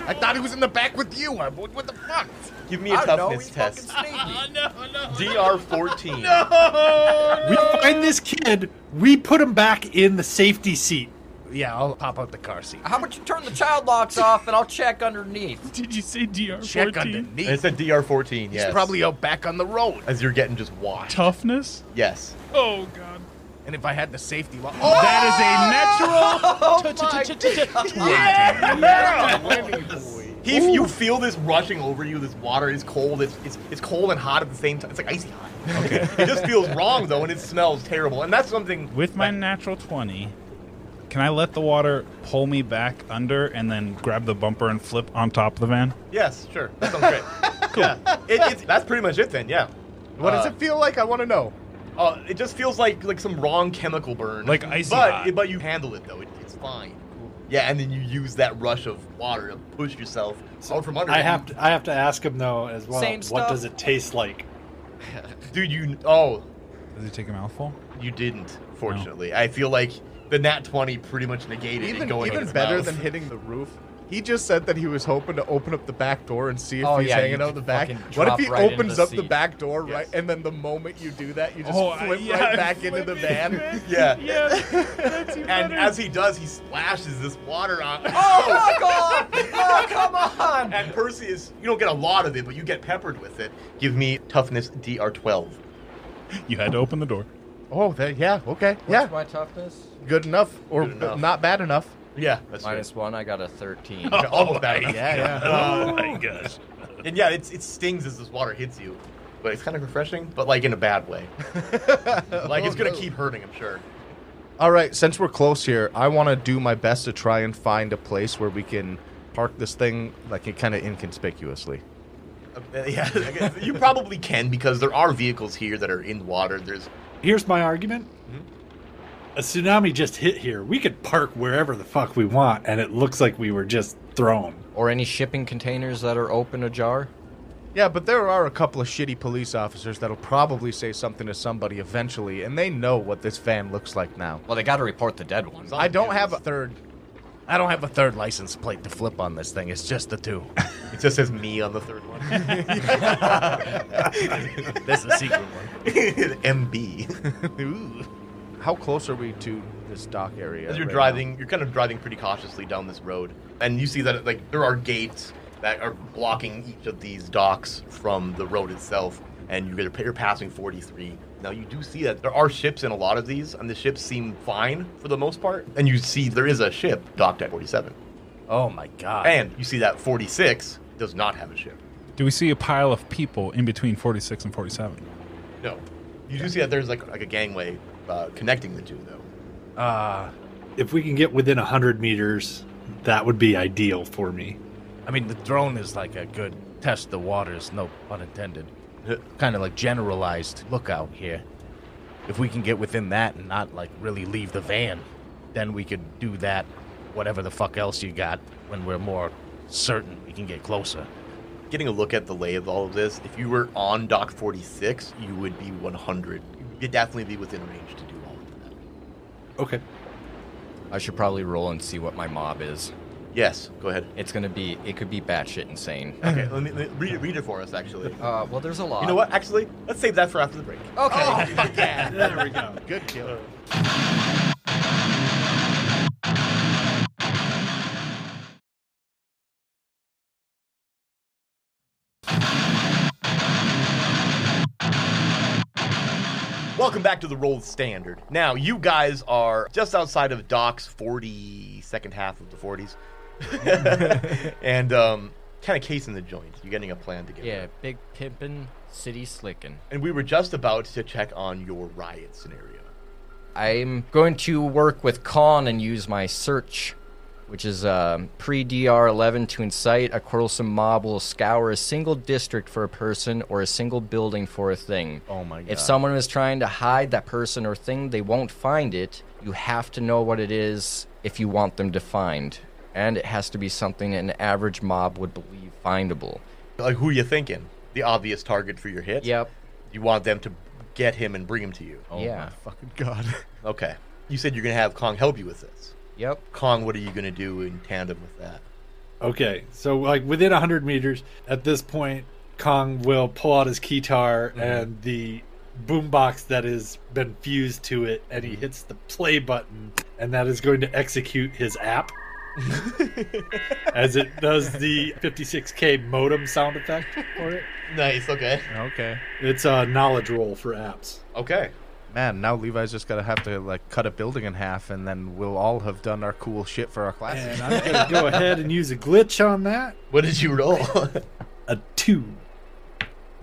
[SPEAKER 2] I thought he was in the back with you. I- What, what the fuck?
[SPEAKER 1] give me a
[SPEAKER 7] I don't know.
[SPEAKER 1] toughness
[SPEAKER 7] He's
[SPEAKER 1] test.
[SPEAKER 7] fucking sneaky.
[SPEAKER 1] DR fourteen.
[SPEAKER 5] We find this kid. We put him back in the safety seat.
[SPEAKER 2] Yeah, I'll pop out the car seat.
[SPEAKER 7] How about you turn the child locks off and I'll check underneath?
[SPEAKER 3] Did you say DR
[SPEAKER 2] Check
[SPEAKER 3] 14?
[SPEAKER 2] underneath.
[SPEAKER 1] It's a DR fourteen, yes.
[SPEAKER 2] He's probably out back on the road.
[SPEAKER 1] as you're getting just washed.
[SPEAKER 3] Toughness?
[SPEAKER 1] Yes.
[SPEAKER 3] Oh, God.
[SPEAKER 2] And if I had the safety lock,
[SPEAKER 3] That is a natural.
[SPEAKER 1] He, you feel this rushing over you. This water is cold. It's, it's it's cold and hot at the same time. It's like icy hot. it just feels wrong though, and it smells terrible. And that's something
[SPEAKER 3] With my natural 20, can I let the water pull me back under and then grab the bumper and flip on top of the van?
[SPEAKER 1] Yes, sure. That sounds great. cool. Yeah. It, it's, that's pretty much it then. Yeah.
[SPEAKER 2] what does
[SPEAKER 1] Uh,
[SPEAKER 2] it feel like? I want to know.
[SPEAKER 1] Uh, it just feels like like some wrong chemical burn.
[SPEAKER 3] Like icy
[SPEAKER 1] But
[SPEAKER 3] hot.
[SPEAKER 1] but you handle it though. It, it's fine. Yeah, and then you use that rush of water to push yourself out from under.
[SPEAKER 5] I
[SPEAKER 1] it.
[SPEAKER 5] have to. I have to ask him though as well.
[SPEAKER 7] Same
[SPEAKER 5] what
[SPEAKER 7] stuff.
[SPEAKER 5] does it taste like?
[SPEAKER 1] dude. You oh,
[SPEAKER 3] Does he take a mouthful?
[SPEAKER 1] you didn't. Fortunately, I feel like the nat twenty pretty much negated it
[SPEAKER 2] Even,
[SPEAKER 1] going in
[SPEAKER 2] even
[SPEAKER 1] his
[SPEAKER 2] better
[SPEAKER 1] mouth.
[SPEAKER 2] than hitting the roof. He just said that he was hoping to open up the back door and see if
[SPEAKER 7] Oh,
[SPEAKER 2] he's
[SPEAKER 7] yeah,
[SPEAKER 2] hanging
[SPEAKER 7] you
[SPEAKER 2] out the
[SPEAKER 7] could
[SPEAKER 2] back.
[SPEAKER 7] fucking
[SPEAKER 2] What if
[SPEAKER 7] drop
[SPEAKER 2] he
[SPEAKER 7] right into
[SPEAKER 2] opens
[SPEAKER 7] the
[SPEAKER 2] up the
[SPEAKER 7] seat.
[SPEAKER 2] back door right,
[SPEAKER 1] Yes.
[SPEAKER 2] and then the moment you do that, you just
[SPEAKER 3] Oh, I-
[SPEAKER 2] flip
[SPEAKER 3] yeah,
[SPEAKER 2] right
[SPEAKER 3] I
[SPEAKER 2] back into
[SPEAKER 3] flip
[SPEAKER 2] the
[SPEAKER 3] it.
[SPEAKER 2] van?
[SPEAKER 1] Yeah.
[SPEAKER 3] Yeah.
[SPEAKER 1] And as he does, he splashes this water on.
[SPEAKER 7] Oh, God! Oh, come on!
[SPEAKER 1] And Percy is, you don't get a lot of it, but you get peppered with it. Give me toughness DR12.
[SPEAKER 3] You had to open the door.
[SPEAKER 2] oh, there, yeah, okay,
[SPEAKER 7] What's
[SPEAKER 2] yeah,
[SPEAKER 7] my toughness?
[SPEAKER 2] good enough or
[SPEAKER 1] Good enough.
[SPEAKER 2] not bad enough.
[SPEAKER 1] Yeah, that's Oh,
[SPEAKER 7] Minus one, I got a 13.
[SPEAKER 1] right. Almost that. enough.
[SPEAKER 2] Yeah, yeah.
[SPEAKER 1] Uh,
[SPEAKER 3] my gosh.
[SPEAKER 1] and yeah, it's, it stings as this water hits you, but it's kind of refreshing, but like in a bad way. like it's gonna
[SPEAKER 2] no.
[SPEAKER 1] keep hurting, I'm sure.
[SPEAKER 2] All right, since we're close here, I want to do my best to try and find a place where we can park this thing like kind of inconspicuously.
[SPEAKER 1] Uh, yeah, I guess you probably can because there are vehicles here that are in water. There's
[SPEAKER 5] Here's my argument.
[SPEAKER 8] Mm-hmm.
[SPEAKER 5] A tsunami just hit here. We could park wherever the fuck we want, and it looks like we were just thrown.
[SPEAKER 7] Or any shipping containers that are open ajar?
[SPEAKER 2] Yeah, but there are a couple of shitty police officers that'll probably say something to somebody eventually, and they know what this van looks like now.
[SPEAKER 7] Well, they got to report the dead ones.
[SPEAKER 2] I don't have a third.
[SPEAKER 8] I don't have a third license plate to flip on this thing. It's just the two.
[SPEAKER 1] It just says me on the third one.
[SPEAKER 8] That's the secret one.
[SPEAKER 1] MB. Ooh.
[SPEAKER 2] How close are we to this dock area?
[SPEAKER 1] As you're
[SPEAKER 2] right
[SPEAKER 1] driving, you're kind of driving pretty cautiously down this road, and you see that like there are gates that are blocking each of these docks from the road itself, and you're, you're passing 43. Now you do see that there are ships in a lot of these, and the ships seem fine for the most part. And you see there is a ship docked at 47,
[SPEAKER 8] Oh my god.
[SPEAKER 1] and you see that 46 does not have a ship.
[SPEAKER 3] Do we see a pile of people in between 46 and 47?
[SPEAKER 1] No, you do see that there's like like a gangway uh, connecting the two though.
[SPEAKER 8] Uh,
[SPEAKER 5] If we can get within 100 meters, that would be ideal for me.
[SPEAKER 8] I mean, the drone is like a good test the waters, no pun intended. kind of like generalized lookout here. If we can get within that and not like really leave the van, then we could do that, whatever the fuck else you got, when we're more certain we can get closer.
[SPEAKER 1] getting a look at the lay of all of this, if you were on dock 46, you would be 100. You'd definitely be within range to do all of that.
[SPEAKER 5] Okay.
[SPEAKER 7] I should probably roll and see what my mob is.
[SPEAKER 1] Yes, go ahead.
[SPEAKER 7] It's gonna be. It could be batshit insane.
[SPEAKER 1] Okay, let me, let me- read, it, read it for us, actually.
[SPEAKER 7] Uh, well, there's a lot.
[SPEAKER 1] You know what? Actually, let's save that for after the break.
[SPEAKER 7] Okay.
[SPEAKER 1] Oh,
[SPEAKER 2] There we go. Good killer.
[SPEAKER 1] Welcome back to the Roll Standard. Now, you guys are just outside of Doc's 40, second half of the 40s. and um, kind of casing the joint. You're getting a plan together.
[SPEAKER 7] Yeah, big pimpin', city slickin'.
[SPEAKER 1] And we were just about to check on your riot scenario.
[SPEAKER 7] I'm going to work with Con and use my search, which is um, pre DR 11 to incite a quarrelsome mob will scour a single district for a person or a single building for a thing.
[SPEAKER 8] Oh my god.
[SPEAKER 7] If someone is trying to hide that person or thing, they won't find it. You have to know what it is if you want them to find. And it has to be something an average mob would believe findable.
[SPEAKER 1] Like, who you thinking? The obvious target for your hit?
[SPEAKER 7] Yep.
[SPEAKER 1] You want them to get him and bring him to you.
[SPEAKER 8] oh
[SPEAKER 7] yeah.
[SPEAKER 8] My fucking
[SPEAKER 2] God.
[SPEAKER 1] Okay. You said you're going to have Kong help you with this.
[SPEAKER 7] Yep.
[SPEAKER 1] Kong, what are you going to do in tandem with that?
[SPEAKER 5] Okay. So, like within 100 meters, at this point, Kong will pull out his keytar and the boombox that has been fused to it, and he hits the play button, and that is going to execute his app. as it does the 56k modem sound effect for it.
[SPEAKER 1] Nice. Okay.
[SPEAKER 2] Okay.
[SPEAKER 5] It's uh, a knowledge roll for apps.
[SPEAKER 1] Okay.
[SPEAKER 2] Man, now Levi's just gonna have to like cut a building in half, and then we'll all have done our cool shit for our classes.
[SPEAKER 5] And I'm going to go ahead and use a glitch on that.
[SPEAKER 1] What did you roll?
[SPEAKER 5] A 2.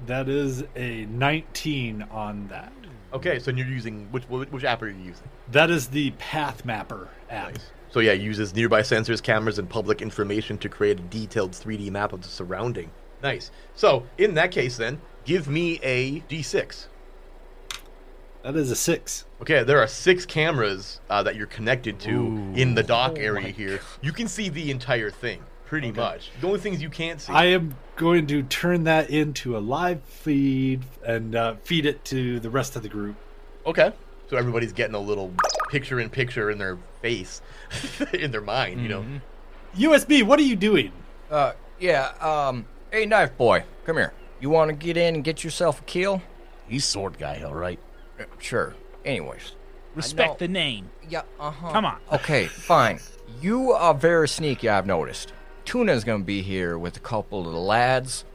[SPEAKER 5] That is a 19 on that.
[SPEAKER 1] okay. So you're using which which app are you using?
[SPEAKER 5] That is the Path Mapper app.
[SPEAKER 1] So yeah, it uses nearby sensors, cameras, and public information to create a detailed 3D map of the surrounding. Nice. So in that case, then give me a D6.
[SPEAKER 5] That is a 6.
[SPEAKER 1] Okay, there are six cameras uh, that you're connected to in the
[SPEAKER 3] Oh
[SPEAKER 1] dock area here. You can see the entire thing, pretty much. The only things you can't see.
[SPEAKER 5] I am going to turn that into a live feed and uh, feed it to the rest of the group.
[SPEAKER 1] Okay. So everybody's getting a little picture in picture in their face, in their mind, you know.
[SPEAKER 5] Mm-hmm. USB, what are you doing?
[SPEAKER 7] Uh, yeah, um, hey, knife boy, come here. You want to get in and get yourself a kill? Uh,
[SPEAKER 8] He's sword guy, all right.
[SPEAKER 7] Sure. Anyways.
[SPEAKER 3] Respect the name.
[SPEAKER 7] Yeah, uh huh.
[SPEAKER 3] Come on.
[SPEAKER 7] Okay, fine. You are very sneaky, I've noticed. Tuna's gonna be here with a couple of the lads,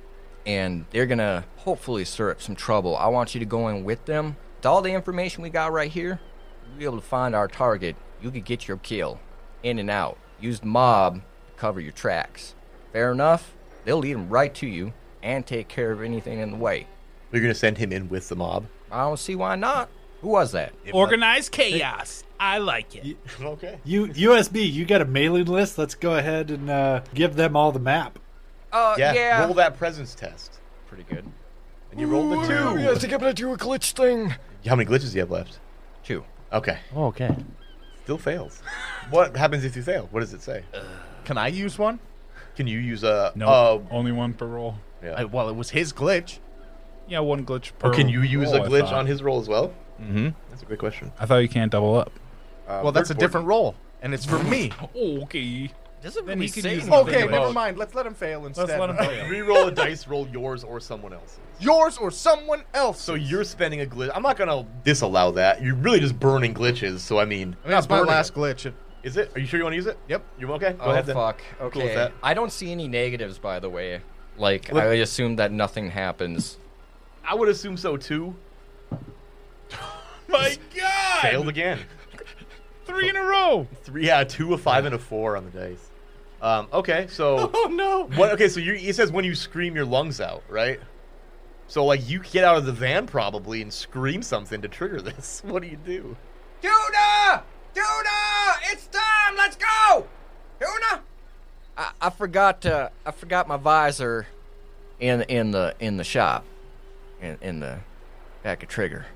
[SPEAKER 7] and they're gonna hopefully stir up some trouble. I want you to go in with them. With all the information we got right here, you'll be able to find our target. You could get your kill. In and out. Use the mob to cover your tracks. Fair enough? They'll lead them right to you and take care of anything in the way.
[SPEAKER 1] We're going to send him in with the mob.
[SPEAKER 7] I don't see why not. Who was that?
[SPEAKER 3] Organized chaos. I like it.
[SPEAKER 1] Okay.
[SPEAKER 5] You USB, you got a mailing list. Let's go ahead and uh, give them all the map.
[SPEAKER 7] Uh,
[SPEAKER 1] Yeah, Roll that presence test.
[SPEAKER 7] Pretty good.
[SPEAKER 1] And you rolled a two.
[SPEAKER 7] I think I'm gonna do a glitch thing.
[SPEAKER 1] How many glitches do you have left?
[SPEAKER 7] Two.
[SPEAKER 1] Okay.
[SPEAKER 5] Oh,
[SPEAKER 8] Okay. Uh,
[SPEAKER 1] Still fails. what happens if you fail? What does it say?
[SPEAKER 2] Can I use one?
[SPEAKER 1] Can you use a?
[SPEAKER 3] No,
[SPEAKER 1] uh,
[SPEAKER 3] only one per roll.
[SPEAKER 1] yeah.
[SPEAKER 8] I- well, it was his glitch.
[SPEAKER 3] Yeah, one glitch per.
[SPEAKER 1] Or can you use a
[SPEAKER 3] roll, I
[SPEAKER 1] glitch
[SPEAKER 3] thought.
[SPEAKER 1] on his roll as well?
[SPEAKER 3] Mhm.
[SPEAKER 1] Mm-hmm. That's a great question.
[SPEAKER 3] I thought you can't double up.
[SPEAKER 1] Uh,
[SPEAKER 2] Well, that's a
[SPEAKER 1] Bertborg-
[SPEAKER 2] different role, and it's for me.
[SPEAKER 3] Oh, Okay.
[SPEAKER 7] Doesn't
[SPEAKER 3] Then
[SPEAKER 7] really
[SPEAKER 3] he could
[SPEAKER 7] say
[SPEAKER 3] use
[SPEAKER 7] anything
[SPEAKER 3] another
[SPEAKER 2] Okay,
[SPEAKER 3] Anyway.
[SPEAKER 2] never mind. Let's let him fail instead.
[SPEAKER 3] Let's let him play. it.
[SPEAKER 1] Reroll a dice. Roll yours or someone else's.
[SPEAKER 2] Yours or someone else.
[SPEAKER 1] So you're spending a glitch. I'm not gonna disallow that. You're really just burning glitches. So I mean,
[SPEAKER 2] I mean, that's my
[SPEAKER 1] burning
[SPEAKER 2] last
[SPEAKER 1] them.
[SPEAKER 2] glitch. It-
[SPEAKER 1] Is it? Are you sure you want to use it?
[SPEAKER 2] Yep.
[SPEAKER 1] You okay? Go
[SPEAKER 7] Oh
[SPEAKER 1] ahead then.
[SPEAKER 7] fuck.
[SPEAKER 1] with
[SPEAKER 7] Okay.
[SPEAKER 1] that.
[SPEAKER 7] I don't see any negatives, by the way. Like I assume that nothing happens.
[SPEAKER 1] I would assume so too.
[SPEAKER 3] My God!
[SPEAKER 1] Failed again.
[SPEAKER 3] Three in a row.
[SPEAKER 1] Three out of two, a five, and a four on the dice. Um, okay, so
[SPEAKER 2] Oh no.
[SPEAKER 1] what? Okay, so you, it says when you scream your lungs out, right? So like you get out of the van probably and scream something to trigger this. What do you do?
[SPEAKER 7] Tuna! Tuna! It's time! Let's go! Tuna! I, I forgot uh, I forgot my visor in in the in the shop. In in the back of trigger.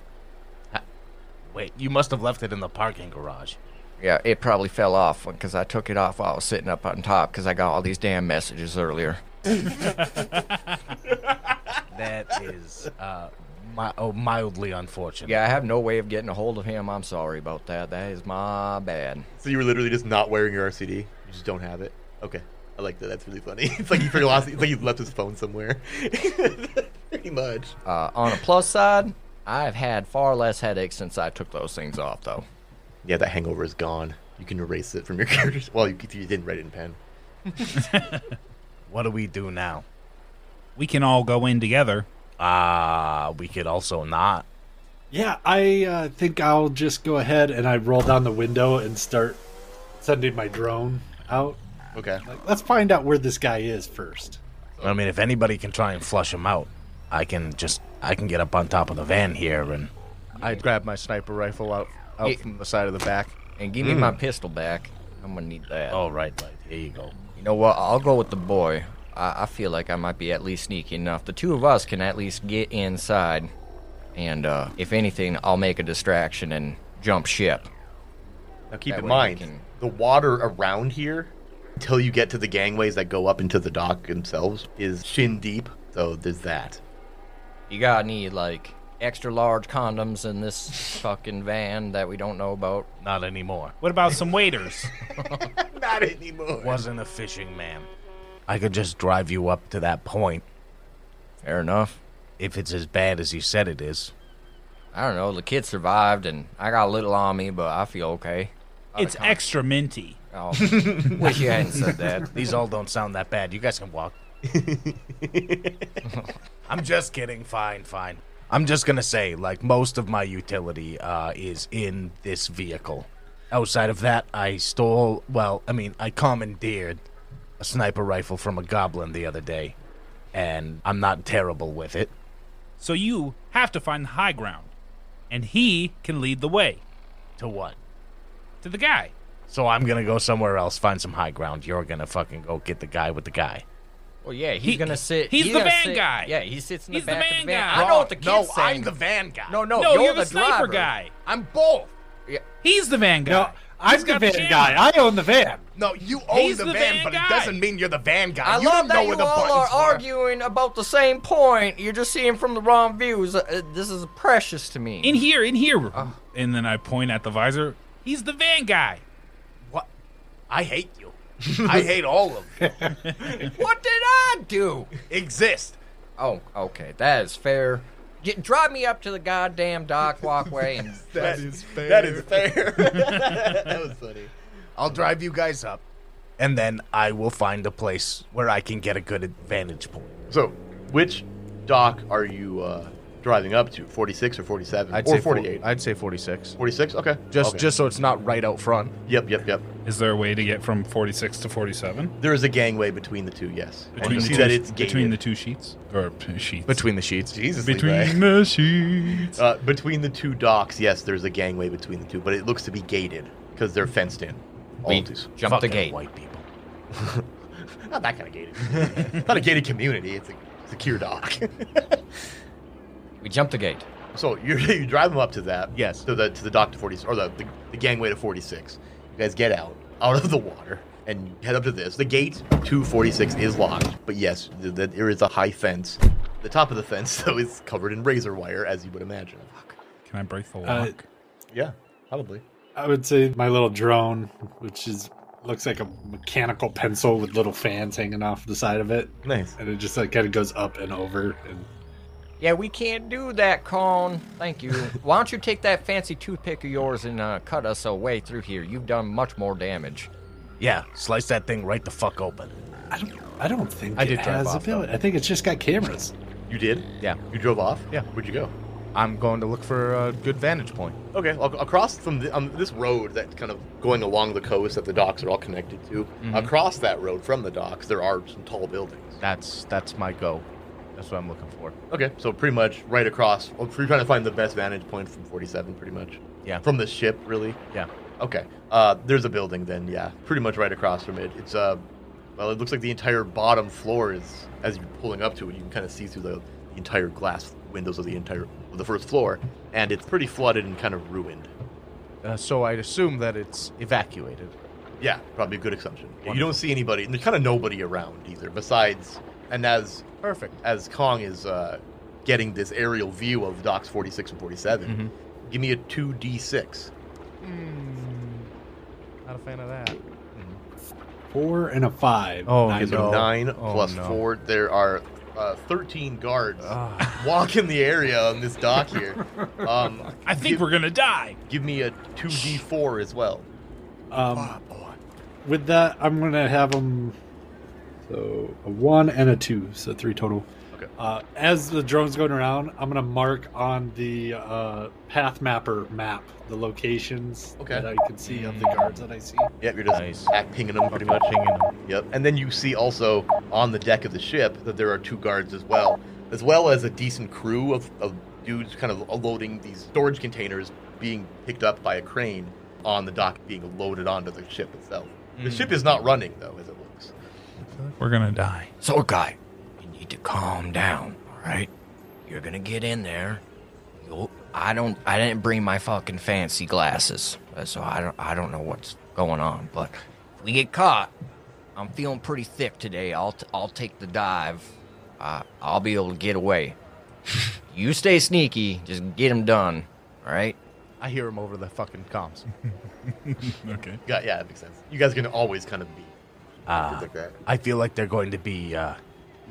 [SPEAKER 8] Wait, you must have left it in the parking garage.
[SPEAKER 7] Yeah, it probably fell off because I took it off while I was sitting up on top because I got all these damn messages earlier.
[SPEAKER 8] That is uh, mi- oh, mildly unfortunate.
[SPEAKER 7] Yeah, I have no way of getting a hold of him. I'm sorry about that. That is my bad.
[SPEAKER 1] So you were literally just not wearing your RCD. You just don't have it. Okay, I like that. That's really funny. It's like you forgot. lost- It's like you left his phone somewhere. Pretty much.
[SPEAKER 7] Uh, on a plus side, I've had far less headaches since I took those things off, though.
[SPEAKER 1] Yeah, that hangover is gone. You can erase it from your characters. Well, you, you didn't write it in pen.
[SPEAKER 8] What do we do now?
[SPEAKER 3] We can all go in together.
[SPEAKER 8] Ah, we could also not.
[SPEAKER 5] Yeah, I uh, think I'll just go ahead and I roll down the window and start sending my drone out.
[SPEAKER 1] Okay.
[SPEAKER 5] Like, let's find out where this guy is first.
[SPEAKER 8] I mean, if anybody can try and flush him out, I can just I can get up on top of the van here and
[SPEAKER 2] I'd grab my sniper rifle out out
[SPEAKER 7] Yeah.
[SPEAKER 2] Oh, from the side of the back. Mm.
[SPEAKER 7] And give me my pistol back. I'm gonna need that.
[SPEAKER 8] all right, right, here you go.
[SPEAKER 7] You know what? I'll go with the boy. I, I feel like I might be at least sneaky enough. The two of us can at least get inside, and uh, if anything, I'll make a distraction and jump ship.
[SPEAKER 1] Now keep
[SPEAKER 7] That
[SPEAKER 1] in
[SPEAKER 7] way we
[SPEAKER 1] mind
[SPEAKER 7] can-
[SPEAKER 1] the water around here, until you get to the gangways that go up into the dock themselves, is shin deep. So there's that.
[SPEAKER 7] You gotta need like extra large condoms in this fucking van that we don't know about.
[SPEAKER 8] Not anymore.
[SPEAKER 3] What about some waiters?
[SPEAKER 1] Not anymore.
[SPEAKER 8] Wasn't a fishing man. I could just drive you up to that point
[SPEAKER 7] Fair enough.
[SPEAKER 8] if it's as bad as you said it is.
[SPEAKER 7] I don't know. The kid survived, and I got a little on me, but I feel okay.
[SPEAKER 3] it's extra minty.
[SPEAKER 7] Oh, wish you hadn't said that.
[SPEAKER 8] These all don't sound that bad. You guys can walk. I'm just kidding. Fine, fine. I'm just gonna say, like, most of my utility uh, is in this vehicle. Outside of that, I stole. Well, I mean, I commandeered a sniper rifle from a goblin the other day, and I'm not terrible with it.
[SPEAKER 3] So you have to find the high ground, and he can lead the way
[SPEAKER 8] To what?
[SPEAKER 3] to the guy.
[SPEAKER 8] So I'm gonna go somewhere else, find some high ground. You're gonna fucking go get the guy with the guy.
[SPEAKER 7] Well, yeah, he's
[SPEAKER 3] He-
[SPEAKER 7] gonna sit.
[SPEAKER 3] he's
[SPEAKER 7] he's
[SPEAKER 3] the
[SPEAKER 7] gonna
[SPEAKER 3] van
[SPEAKER 7] sit-
[SPEAKER 3] guy.
[SPEAKER 7] Yeah, he sits in
[SPEAKER 3] He's
[SPEAKER 7] the
[SPEAKER 3] the
[SPEAKER 7] back of
[SPEAKER 3] van
[SPEAKER 7] the van.
[SPEAKER 3] guy.
[SPEAKER 7] I know what the kid's
[SPEAKER 8] no,
[SPEAKER 7] saying.
[SPEAKER 8] I'm the van guy.
[SPEAKER 7] No, no,
[SPEAKER 3] No,
[SPEAKER 7] you're,
[SPEAKER 3] you're the
[SPEAKER 7] the,
[SPEAKER 3] sniper
[SPEAKER 7] driver.
[SPEAKER 3] guy.
[SPEAKER 8] I'm both.
[SPEAKER 7] Yeah,
[SPEAKER 3] He's the van guy.
[SPEAKER 5] No, I'm
[SPEAKER 3] He's
[SPEAKER 5] the
[SPEAKER 3] got the
[SPEAKER 5] van
[SPEAKER 3] camera.
[SPEAKER 5] guy. I own the van.
[SPEAKER 8] No, you
[SPEAKER 3] He's the van guy.
[SPEAKER 8] mean you're the van guy.
[SPEAKER 7] I love that you all are
[SPEAKER 8] are.
[SPEAKER 7] arguing about the same point. You're just seeing from the wrong views. Uh, uh, this is precious to me.
[SPEAKER 3] In here, in here. And then I point at the visor. He's the van guy.
[SPEAKER 8] What? I hate you. I hate all of you.
[SPEAKER 7] what did I do?
[SPEAKER 8] Exist.
[SPEAKER 7] Oh, okay, that is fair. Get, drive me up to the goddamn dock walkway and
[SPEAKER 2] That is fair.
[SPEAKER 1] That is fair. that was funny.
[SPEAKER 8] I'll drive you guys up, and then I will find a place where I can get a good advantage point.
[SPEAKER 1] So, which dock are you uh, driving up to? 46 or 47?
[SPEAKER 2] I'd
[SPEAKER 1] or
[SPEAKER 2] say
[SPEAKER 1] 48?
[SPEAKER 2] I'd say 46.
[SPEAKER 1] 46? Okay.
[SPEAKER 8] Just,
[SPEAKER 1] Okay.
[SPEAKER 8] just so it's not right out front.
[SPEAKER 1] Yep, yep, yep.
[SPEAKER 3] Is there a way to get from 46 to 47?
[SPEAKER 1] There is a gangway between the two, yes. And
[SPEAKER 3] Between
[SPEAKER 1] you
[SPEAKER 3] the
[SPEAKER 1] see
[SPEAKER 3] two,
[SPEAKER 1] that it's gated.
[SPEAKER 3] between the two sheets or p- sheets.
[SPEAKER 2] Between the sheets.
[SPEAKER 1] Jesus,
[SPEAKER 3] between
[SPEAKER 1] Levi.
[SPEAKER 3] the sheets.
[SPEAKER 1] Uh, between the two docks, yes, there's a gangway between the two, but it looks to be gated because they're fenced in. All
[SPEAKER 7] we
[SPEAKER 1] of these.
[SPEAKER 7] jump the
[SPEAKER 8] Fucking
[SPEAKER 7] gate.
[SPEAKER 8] white people.
[SPEAKER 1] Not that kind of gated. It's not a gated community. It's a secure dock.
[SPEAKER 7] We jump the gate.
[SPEAKER 1] so you you drive them up to that.
[SPEAKER 2] Yes.
[SPEAKER 1] To the to the dock to forty or the, the, the gangway to forty six. You guys get out out of the water. and you head up to this. The gate 246 is locked, but yes, th- th- there is a high fence. The top of the fence, though, is covered in razor wire, as you would imagine.
[SPEAKER 3] Can I break the lock?
[SPEAKER 5] Uh,
[SPEAKER 1] Yeah, probably.
[SPEAKER 5] I would say my little drone, which is looks like a mechanical pencil with little fans hanging off the side of it,
[SPEAKER 1] Nice.
[SPEAKER 5] and it just like kind of goes up and over. And
[SPEAKER 7] Yeah, we can't do that, Cone. Thank you. Why don't you take that fancy toothpick of yours and uh, cut us a way through here? You've done much more damage.
[SPEAKER 8] Yeah, slice that thing right the fuck open.
[SPEAKER 5] I don't, I don't think
[SPEAKER 8] I
[SPEAKER 5] it
[SPEAKER 8] did drive
[SPEAKER 5] has
[SPEAKER 8] off,
[SPEAKER 5] ability. I think it's just got cameras.
[SPEAKER 1] You did?
[SPEAKER 8] Yeah.
[SPEAKER 1] You drove off?
[SPEAKER 8] Yeah.
[SPEAKER 1] Where'd you go?
[SPEAKER 8] I'm going to look for a good vantage point.
[SPEAKER 1] Okay, ac- across from the, um, this road that kind of going along the coast that the docks are all connected to,
[SPEAKER 8] Mm-hmm.
[SPEAKER 1] across that road from the docks, there are some tall buildings.
[SPEAKER 8] That's that's my go. That's what I'm looking for.
[SPEAKER 1] Okay, so pretty much right across. Well, you're trying to find the best vantage point from 47, pretty much.
[SPEAKER 8] Yeah.
[SPEAKER 1] From the ship, really.
[SPEAKER 8] Yeah.
[SPEAKER 1] Okay. Uh, there's a building then, yeah. Pretty much right across from it. It's uh, well, it looks like the entire bottom floor is as you're pulling up to it, you can kind of see through the, the entire glass windows of the entire of the first floor, and it's pretty flooded and kind of ruined.
[SPEAKER 8] Uh, so I'd assume that it's evacuated.
[SPEAKER 1] Yeah, probably a good assumption. You don't see anybody, and there's kind of nobody around either. Besides, and as
[SPEAKER 8] Perfect.
[SPEAKER 1] as Kong is uh, getting this aerial view of docks 46 and 47,
[SPEAKER 3] Mm-hmm.
[SPEAKER 1] give me a 2d6.
[SPEAKER 8] Hmm. Not a fan of that.
[SPEAKER 2] Hmm.
[SPEAKER 5] Four and a five.
[SPEAKER 8] Oh,
[SPEAKER 5] Nine.
[SPEAKER 1] So
[SPEAKER 8] No.
[SPEAKER 1] 9
[SPEAKER 8] Oh,
[SPEAKER 1] plus
[SPEAKER 8] no.
[SPEAKER 1] 4, there are uh, 13 guards
[SPEAKER 3] Ah.
[SPEAKER 1] walking the area on this dock here. Um,
[SPEAKER 3] I think
[SPEAKER 1] give,
[SPEAKER 3] we're gonna die.
[SPEAKER 1] Give me a 2d4 as well.
[SPEAKER 5] Um, with that, I'm gonna have them. So a one and a two, so three total.
[SPEAKER 1] Okay.
[SPEAKER 5] Uh, as the drone's going around, I'm gonna mark on the uh, path mapper map the locations
[SPEAKER 1] Okay.
[SPEAKER 5] that I can see of the guards that I see.
[SPEAKER 1] Yep, you're just
[SPEAKER 8] Nice.
[SPEAKER 1] back pinging them pretty much.
[SPEAKER 8] Pinging them.
[SPEAKER 1] Yep. And then you see also on the deck of the ship that there are two guards as well, as well as a decent crew of, of dudes kind of loading these storage containers being picked up by a crane on the dock being loaded onto the ship itself.
[SPEAKER 3] Hmm.
[SPEAKER 1] The ship is not running though, as it looks.
[SPEAKER 3] We're gonna die.
[SPEAKER 7] So, guy, you need to calm down, all right? You're gonna get in there. You'll, I don't. I didn't bring my fucking fancy glasses, uh, so I don't. I don't know what's going on. But if we get caught, I'm feeling pretty thick today. I'll. T- I'll take the dive. Uh, I'll be able to get away. you stay sneaky. Just get them done. All right.
[SPEAKER 8] I hear him over the fucking comms.
[SPEAKER 3] Okay.
[SPEAKER 1] Yeah, yeah, that makes sense. You guys can always kind of be
[SPEAKER 8] Ah.
[SPEAKER 1] like that.
[SPEAKER 8] I feel like they're going to be uh,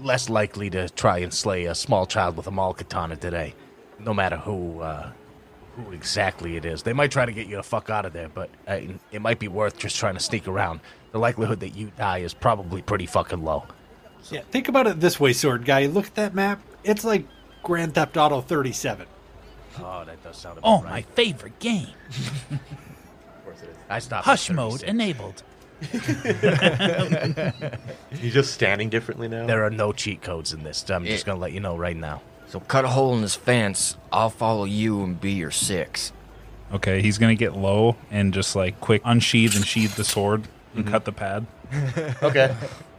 [SPEAKER 8] less likely to try and slay a small child with a maul katana today, no matter who uh, who exactly it is. They might try to get you the fuck out of there, but uh, it might be worth just trying to sneak around. The likelihood that you die is probably pretty fucking low.
[SPEAKER 5] Yeah, think about it this way, sword guy. Look at that map. It's like Grand Theft Auto 37.
[SPEAKER 8] Oh, that does sound about
[SPEAKER 3] Oh, my
[SPEAKER 8] right.
[SPEAKER 3] favorite game.
[SPEAKER 1] Of course it is.
[SPEAKER 8] I stopped. at
[SPEAKER 3] Hush mode
[SPEAKER 8] 36.
[SPEAKER 3] enabled.
[SPEAKER 1] He's just standing differently now.
[SPEAKER 8] There are no cheat codes in this. I'm just
[SPEAKER 7] Yeah.
[SPEAKER 8] gonna let you know right now.
[SPEAKER 7] So cut a hole in this fence. I'll follow you and be your six.
[SPEAKER 3] Okay, he's gonna get low and just like quick unsheath and sheath the sword and cut the pad.
[SPEAKER 1] Mm-hmm. Okay,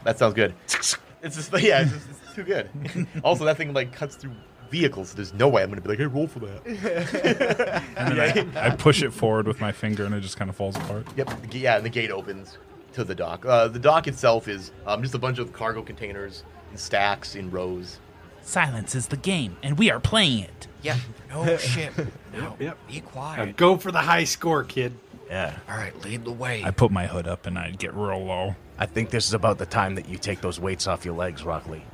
[SPEAKER 1] that sounds good. It's just yeah, it's, just, it's too good. also, that thing like cuts through vehicles. There's no way I'm gonna be like, hey, roll for that.
[SPEAKER 3] And then I, I push it forward with my finger and it just kind of falls apart.
[SPEAKER 1] Yep. the g- Yeah, and the gate opens to the dock. Uh, the dock itself is um, just a bunch of cargo containers in stacks in rows.
[SPEAKER 3] Silence is the game, and we are playing it.
[SPEAKER 7] Yeah. No shit. No.
[SPEAKER 5] yep.
[SPEAKER 7] Be
[SPEAKER 5] Now
[SPEAKER 7] quiet.
[SPEAKER 5] go for the high score, kid.
[SPEAKER 8] Yeah,
[SPEAKER 7] All right. Lead the way.
[SPEAKER 3] I put my hood up and I get real low.
[SPEAKER 8] I think this is about the time that you take those weights off your legs, Rockley.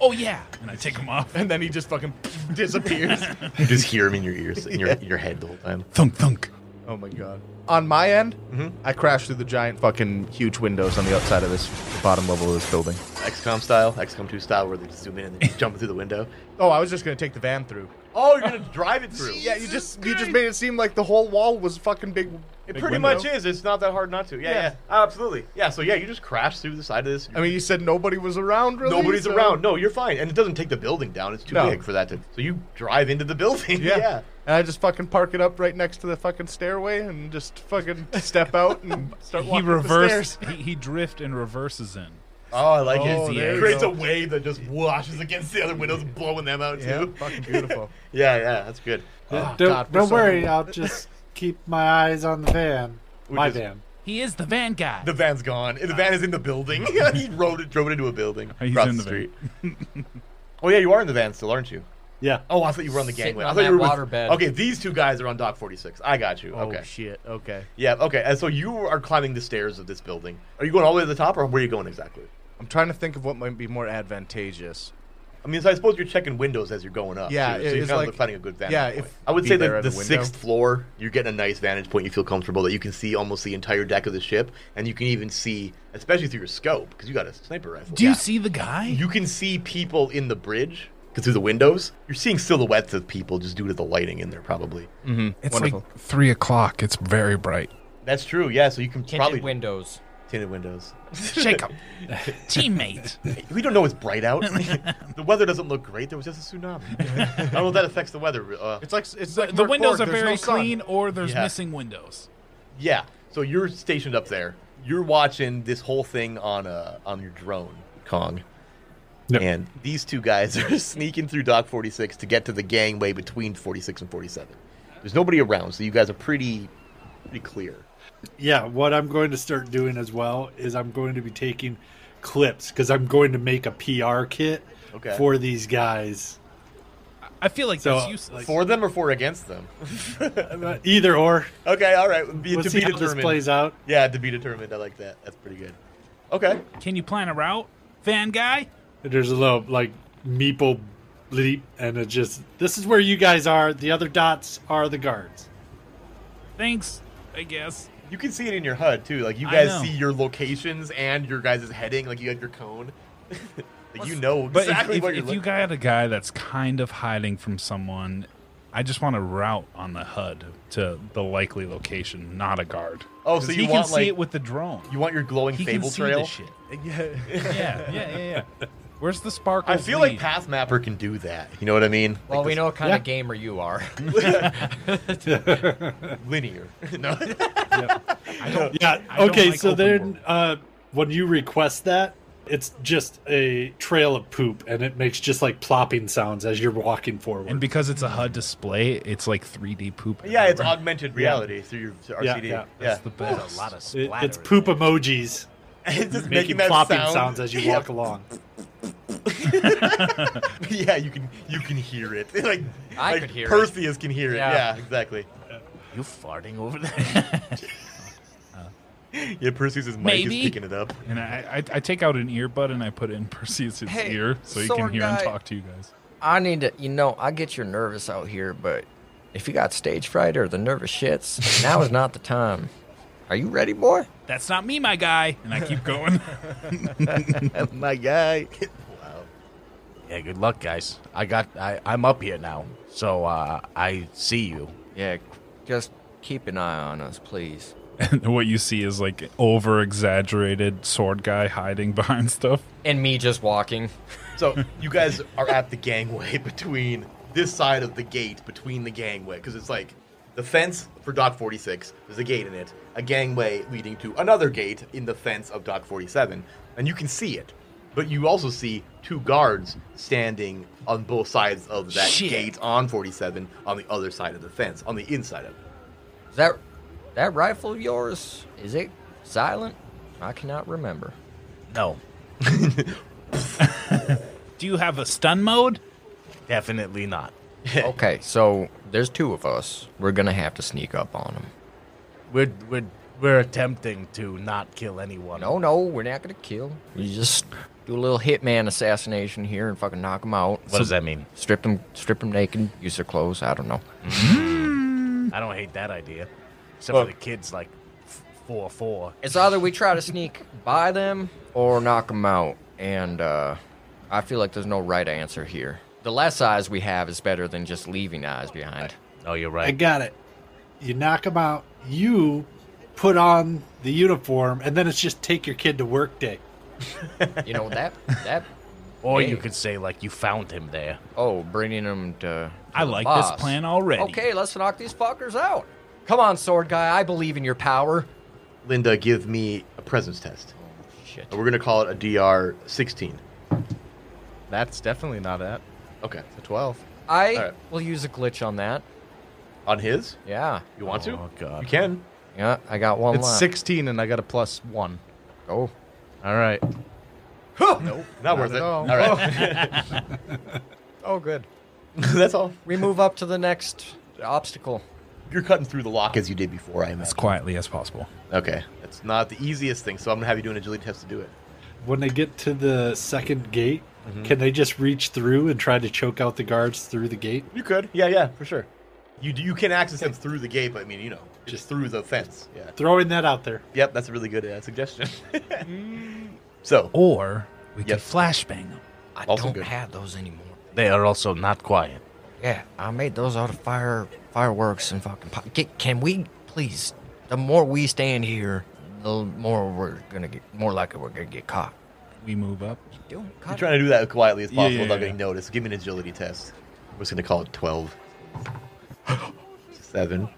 [SPEAKER 3] Oh yeah, and I take him off.
[SPEAKER 2] And then he just fucking disappears.
[SPEAKER 1] You just hear them in your ears, in your in your head the whole time. Mm-hmm.
[SPEAKER 3] Thunk thunk.
[SPEAKER 2] oh my god. On my end, I crashed through the giant fucking huge windows on the outside of this bottom level of this building.
[SPEAKER 1] XCOM style, XCOM 2 style, where they just zoom in and they just jump through the window.
[SPEAKER 2] Oh, I was just gonna take the van through.
[SPEAKER 1] Oh, you're gonna drive it through.
[SPEAKER 2] Yeah, you just you just made it seem like the whole wall was fucking big.
[SPEAKER 1] It
[SPEAKER 2] big
[SPEAKER 1] pretty
[SPEAKER 2] window.
[SPEAKER 1] much is. It's not that hard not to. Yeah, yeah,
[SPEAKER 2] Yeah.
[SPEAKER 1] absolutely. Yeah, so yeah, you just crash through the side of this.
[SPEAKER 2] I mean, you said nobody was around, really.
[SPEAKER 1] Nobody's
[SPEAKER 2] so-
[SPEAKER 1] around. No, you're fine. And it doesn't take the building down. It's too
[SPEAKER 2] No.
[SPEAKER 1] big for that to. So you drive into the building.
[SPEAKER 2] Yeah.
[SPEAKER 1] yeah.
[SPEAKER 2] And I just fucking park it up right next to the fucking stairway and just fucking step out and start
[SPEAKER 3] He
[SPEAKER 2] walking up the stairs.
[SPEAKER 3] reversed. He, he drift and reverses in.
[SPEAKER 1] Oh, I like
[SPEAKER 2] Oh,
[SPEAKER 1] it.
[SPEAKER 3] there
[SPEAKER 1] It
[SPEAKER 3] you
[SPEAKER 1] creates
[SPEAKER 2] go.
[SPEAKER 1] a wave that just washes against the other windows, blowing them out
[SPEAKER 2] Yeah,
[SPEAKER 1] too.
[SPEAKER 2] fucking beautiful.
[SPEAKER 1] Yeah, yeah, that's good.
[SPEAKER 5] Yeah,
[SPEAKER 2] Oh,
[SPEAKER 5] don't
[SPEAKER 2] God, we're
[SPEAKER 5] don't
[SPEAKER 2] so-
[SPEAKER 5] worry. I'll just keep my eyes on the van.
[SPEAKER 1] We
[SPEAKER 5] my
[SPEAKER 1] just-
[SPEAKER 5] van.
[SPEAKER 3] He is the van guy.
[SPEAKER 1] The van's gone. The van is in the building. he rode it, drove it into a building
[SPEAKER 3] He's
[SPEAKER 1] across
[SPEAKER 3] in
[SPEAKER 1] the
[SPEAKER 3] the van.
[SPEAKER 1] street. oh yeah, you are in the van still, aren't you?
[SPEAKER 5] Yeah.
[SPEAKER 1] Oh, I thought you were on the
[SPEAKER 7] Sitting
[SPEAKER 1] gangway. I
[SPEAKER 7] on
[SPEAKER 1] thought you
[SPEAKER 7] that
[SPEAKER 1] were with-
[SPEAKER 7] waterbed.
[SPEAKER 1] Okay, these two guys are on dock 46. I got you.
[SPEAKER 8] Oh
[SPEAKER 1] okay.
[SPEAKER 8] shit. Okay.
[SPEAKER 1] Yeah, okay. And so you are climbing the stairs of this building. Are you going all the way to the top or where are you going exactly?
[SPEAKER 2] I'm trying to think of what might be more advantageous.
[SPEAKER 1] I mean, so I suppose you're checking windows as you're going up.
[SPEAKER 2] Yeah,
[SPEAKER 1] too,
[SPEAKER 2] it-
[SPEAKER 1] so you're
[SPEAKER 2] it's
[SPEAKER 1] kind
[SPEAKER 2] like-
[SPEAKER 1] of finding a good vantage
[SPEAKER 2] yeah,
[SPEAKER 1] point.
[SPEAKER 2] if-
[SPEAKER 1] I would
[SPEAKER 2] be
[SPEAKER 1] say
[SPEAKER 2] there
[SPEAKER 1] that
[SPEAKER 2] at
[SPEAKER 1] the
[SPEAKER 2] the window.
[SPEAKER 1] sixth floor, you get a nice vantage point. You feel comfortable that you can see almost the entire deck of the ship, and you can even see, especially through your scope, because you got a sniper rifle.
[SPEAKER 3] Do you
[SPEAKER 1] Yeah.
[SPEAKER 3] see the guy?
[SPEAKER 1] You can see people in the bridge because through the windows, you're seeing silhouettes of people just due to the lighting in there, probably.
[SPEAKER 6] It's like three o'clock. It's very bright.
[SPEAKER 3] Uh,
[SPEAKER 1] That's true. Yeah, so you can
[SPEAKER 7] Tinted
[SPEAKER 1] probably
[SPEAKER 7] windows.
[SPEAKER 1] tinted windows.
[SPEAKER 3] Jacob, teammate.
[SPEAKER 1] We don't know it's bright out. the weather doesn't look great. There was just a tsunami. I don't know if that affects the weather. Uh,
[SPEAKER 2] It's like it's like
[SPEAKER 3] The
[SPEAKER 2] Merc
[SPEAKER 3] windows are
[SPEAKER 2] Borg, there's
[SPEAKER 3] very
[SPEAKER 2] no sun.
[SPEAKER 3] clean, or there's
[SPEAKER 1] Yeah.
[SPEAKER 3] missing windows.
[SPEAKER 1] yeah. So you're stationed up there. You're watching this whole thing on uh, on your drone, Kong.
[SPEAKER 5] Yep.
[SPEAKER 1] And these two guys are sneaking through Dock 46 to get to the gangway between 46 and 47. There's nobody around, so you guys are pretty pretty clear.
[SPEAKER 5] Yeah, what I'm going to start doing as well is I'm going to be taking clips because I'm going to make a PR kit
[SPEAKER 1] Okay.
[SPEAKER 5] for these guys.
[SPEAKER 3] I feel like
[SPEAKER 5] So,
[SPEAKER 3] that's useless.
[SPEAKER 1] For them or for against them?
[SPEAKER 5] Uh, Either or.
[SPEAKER 1] Okay, all right. Be,
[SPEAKER 5] We'll
[SPEAKER 1] to
[SPEAKER 5] see
[SPEAKER 1] be
[SPEAKER 5] how this
[SPEAKER 1] determined.
[SPEAKER 5] plays out.
[SPEAKER 1] Yeah, to be determined. I like that. That's pretty good. Okay.
[SPEAKER 3] Can you plan a route, van guy?
[SPEAKER 5] There's a little like meeple bleep, and it just this is where you guys are. The other dots are the guards.
[SPEAKER 3] Thanks, I guess.
[SPEAKER 1] You can see it in your HUD too. Like you
[SPEAKER 3] I
[SPEAKER 1] guys
[SPEAKER 3] know.
[SPEAKER 1] see your locations and your guys' heading. Like you have your cone. Like, you know
[SPEAKER 3] But
[SPEAKER 1] exactly
[SPEAKER 3] if,
[SPEAKER 1] what
[SPEAKER 3] if,
[SPEAKER 1] you're
[SPEAKER 3] if you
[SPEAKER 1] looking.
[SPEAKER 3] got a guy that's kind of hiding from someone, I just want a route on the HUD to the likely location, not a guard.
[SPEAKER 1] Oh,
[SPEAKER 3] 'Cause
[SPEAKER 1] so
[SPEAKER 3] he
[SPEAKER 1] you want,
[SPEAKER 3] can
[SPEAKER 1] like-
[SPEAKER 3] see it with the drone.
[SPEAKER 1] You want your glowing
[SPEAKER 3] he
[SPEAKER 1] fable
[SPEAKER 3] can see
[SPEAKER 1] trail.
[SPEAKER 3] this shit. Yeah, yeah, yeah, yeah. Where's the sparkle?
[SPEAKER 1] I feel like Path Mapper can do that. You know what I mean?
[SPEAKER 7] Well,
[SPEAKER 1] like
[SPEAKER 7] we
[SPEAKER 1] this
[SPEAKER 7] know what kind
[SPEAKER 5] Yeah.
[SPEAKER 7] of gamer you are.
[SPEAKER 1] linear. no.
[SPEAKER 5] Yeah.
[SPEAKER 3] I don't
[SPEAKER 5] Okay.
[SPEAKER 3] like
[SPEAKER 5] so
[SPEAKER 3] open
[SPEAKER 5] then,
[SPEAKER 3] world.
[SPEAKER 5] uh, when you request that, it's just a trail of poop, and it makes just like plopping sounds as you're walking forward.
[SPEAKER 3] And because it's a HUD display, it's like 3D poop.
[SPEAKER 1] yeah, it's
[SPEAKER 3] everywhere.
[SPEAKER 1] augmented reality through your through
[SPEAKER 5] Yeah,
[SPEAKER 1] RCD.
[SPEAKER 5] yeah.
[SPEAKER 1] yeah.
[SPEAKER 3] That's the best.
[SPEAKER 8] A lot of
[SPEAKER 5] It-
[SPEAKER 8] splatter.
[SPEAKER 5] it's poop emojis
[SPEAKER 1] It's just
[SPEAKER 5] making
[SPEAKER 1] making that
[SPEAKER 5] plopping
[SPEAKER 1] sound.
[SPEAKER 5] sounds as you walk along.
[SPEAKER 1] yeah, you can you can hear it. like
[SPEAKER 7] I
[SPEAKER 1] like
[SPEAKER 7] could hear it.
[SPEAKER 1] Perseus can hear it.
[SPEAKER 7] Yeah.
[SPEAKER 1] Yeah, exactly.
[SPEAKER 8] You farting over there?
[SPEAKER 1] Yeah, Perseus's mic
[SPEAKER 3] Maybe.
[SPEAKER 1] is picking it up.
[SPEAKER 3] And I, I, I take out an earbud and I put it in Perseus's
[SPEAKER 7] Hey,
[SPEAKER 3] ear so he
[SPEAKER 7] sword
[SPEAKER 3] can hear and
[SPEAKER 7] guy.
[SPEAKER 3] talk to you guys.
[SPEAKER 7] I need to, you know, I get you're nervous out here, but if you got stage fright or the nervous shits, now is not the time. Are you ready, boy?
[SPEAKER 3] That's not me, my guy. And I keep going.
[SPEAKER 1] My guy. wow.
[SPEAKER 8] yeah. Good luck, guys. I got. I, I'm up here now, so uh, I see you.
[SPEAKER 7] Yeah, just keep an eye on us, please.
[SPEAKER 3] and what you see is like over exaggerated sword guy hiding behind stuff.
[SPEAKER 7] And me just walking.
[SPEAKER 1] So you guys are at the gangway between this side of the gate between the gangway because it's like the fence for dock 46 there's a gate in it a gangway leading to another gate in the fence of dock 47 and you can see it but you also see two guards standing on both sides of that
[SPEAKER 8] Shit.
[SPEAKER 1] gate on 47 on the other side of the fence on the inside of it
[SPEAKER 7] Is that that rifle of yours? Is it silent? I cannot remember.
[SPEAKER 8] No,
[SPEAKER 3] Do you have a stun mode?
[SPEAKER 8] definitely not.
[SPEAKER 7] okay, so there's two of us. We're gonna have to sneak up on them.
[SPEAKER 8] We're we're we're attempting to not kill anyone.
[SPEAKER 7] No, no, we're not gonna kill. We just do a little hitman assassination here and fucking knock them out.
[SPEAKER 8] What does that mean?
[SPEAKER 7] Strip them, strip them naked, use their clothes. I don't know.
[SPEAKER 8] Mm-hmm. I don't hate that idea. Except for the kids, like f- four four.
[SPEAKER 7] It's either we try to sneak by them or knock them out. And uh, I feel like there's no right answer here. The less eyes we have is better than just leaving eyes behind.
[SPEAKER 8] Oh, you're
[SPEAKER 5] I
[SPEAKER 8] right.
[SPEAKER 5] got it. You knock them out. You put on the uniform, and then it's just take your kid to work day.
[SPEAKER 7] You know that that.
[SPEAKER 8] or
[SPEAKER 7] Hey.
[SPEAKER 8] you could say like you found him there.
[SPEAKER 7] Oh, bringing them to.
[SPEAKER 3] I
[SPEAKER 7] to the
[SPEAKER 3] like
[SPEAKER 7] boss.
[SPEAKER 3] this plan already.
[SPEAKER 7] Okay, let's knock these fuckers out. Come on, sword guy. I believe in your power.
[SPEAKER 1] linda give me a presence test
[SPEAKER 7] Oh, Shit.
[SPEAKER 1] and we're going to call it a dr 16
[SPEAKER 8] That's definitely not it.
[SPEAKER 1] okay so 12
[SPEAKER 7] I
[SPEAKER 1] All right.
[SPEAKER 7] will use a glitch on that.
[SPEAKER 1] on his
[SPEAKER 7] Yeah.
[SPEAKER 1] you want
[SPEAKER 8] Oh,
[SPEAKER 1] to
[SPEAKER 8] God.
[SPEAKER 1] you can
[SPEAKER 7] Yeah, I got one
[SPEAKER 2] It's
[SPEAKER 7] left.
[SPEAKER 2] 16 and I got a plus one.
[SPEAKER 7] Oh.
[SPEAKER 2] All right.
[SPEAKER 1] Not worth
[SPEAKER 2] at
[SPEAKER 1] it.
[SPEAKER 2] all.
[SPEAKER 1] All right.
[SPEAKER 7] Oh, good.
[SPEAKER 1] That's all.
[SPEAKER 7] We move up to the next obstacle.
[SPEAKER 1] You're cutting through the lock as you did before, I
[SPEAKER 3] as
[SPEAKER 1] imagine.
[SPEAKER 3] quietly as possible.
[SPEAKER 1] Okay. That's not the easiest thing, so I'm going to have you do an agility test to do it.
[SPEAKER 5] When they get to the second gate,
[SPEAKER 3] Mm-hmm.
[SPEAKER 5] can they just reach through and try to choke out the guards through the gate?
[SPEAKER 1] You could. Yeah, yeah, for sure. You you can access them through the gate, but I mean, you know, just through the fence. Yeah.
[SPEAKER 5] Throwing that out there.
[SPEAKER 1] Yep, that's a really good uh, suggestion. so,
[SPEAKER 3] Or we
[SPEAKER 1] Yep.
[SPEAKER 3] could flashbang them.
[SPEAKER 7] I
[SPEAKER 1] Also
[SPEAKER 7] don't
[SPEAKER 1] good.
[SPEAKER 7] have those anymore.
[SPEAKER 8] They are also not quiet.
[SPEAKER 7] Yeah, I made those out of fire fireworks and fucking. Pop- Get, can we please? The more we stand here, the more we're gonna get more likely we're gonna get caught.
[SPEAKER 3] We move up.
[SPEAKER 7] Don't cut
[SPEAKER 1] you're
[SPEAKER 7] it.
[SPEAKER 1] trying to do that as quietly as
[SPEAKER 3] Yeah,
[SPEAKER 1] possible
[SPEAKER 3] yeah,
[SPEAKER 1] without
[SPEAKER 3] yeah.
[SPEAKER 1] getting noticed. Give me an agility test. We're just going to call it 12. Seven.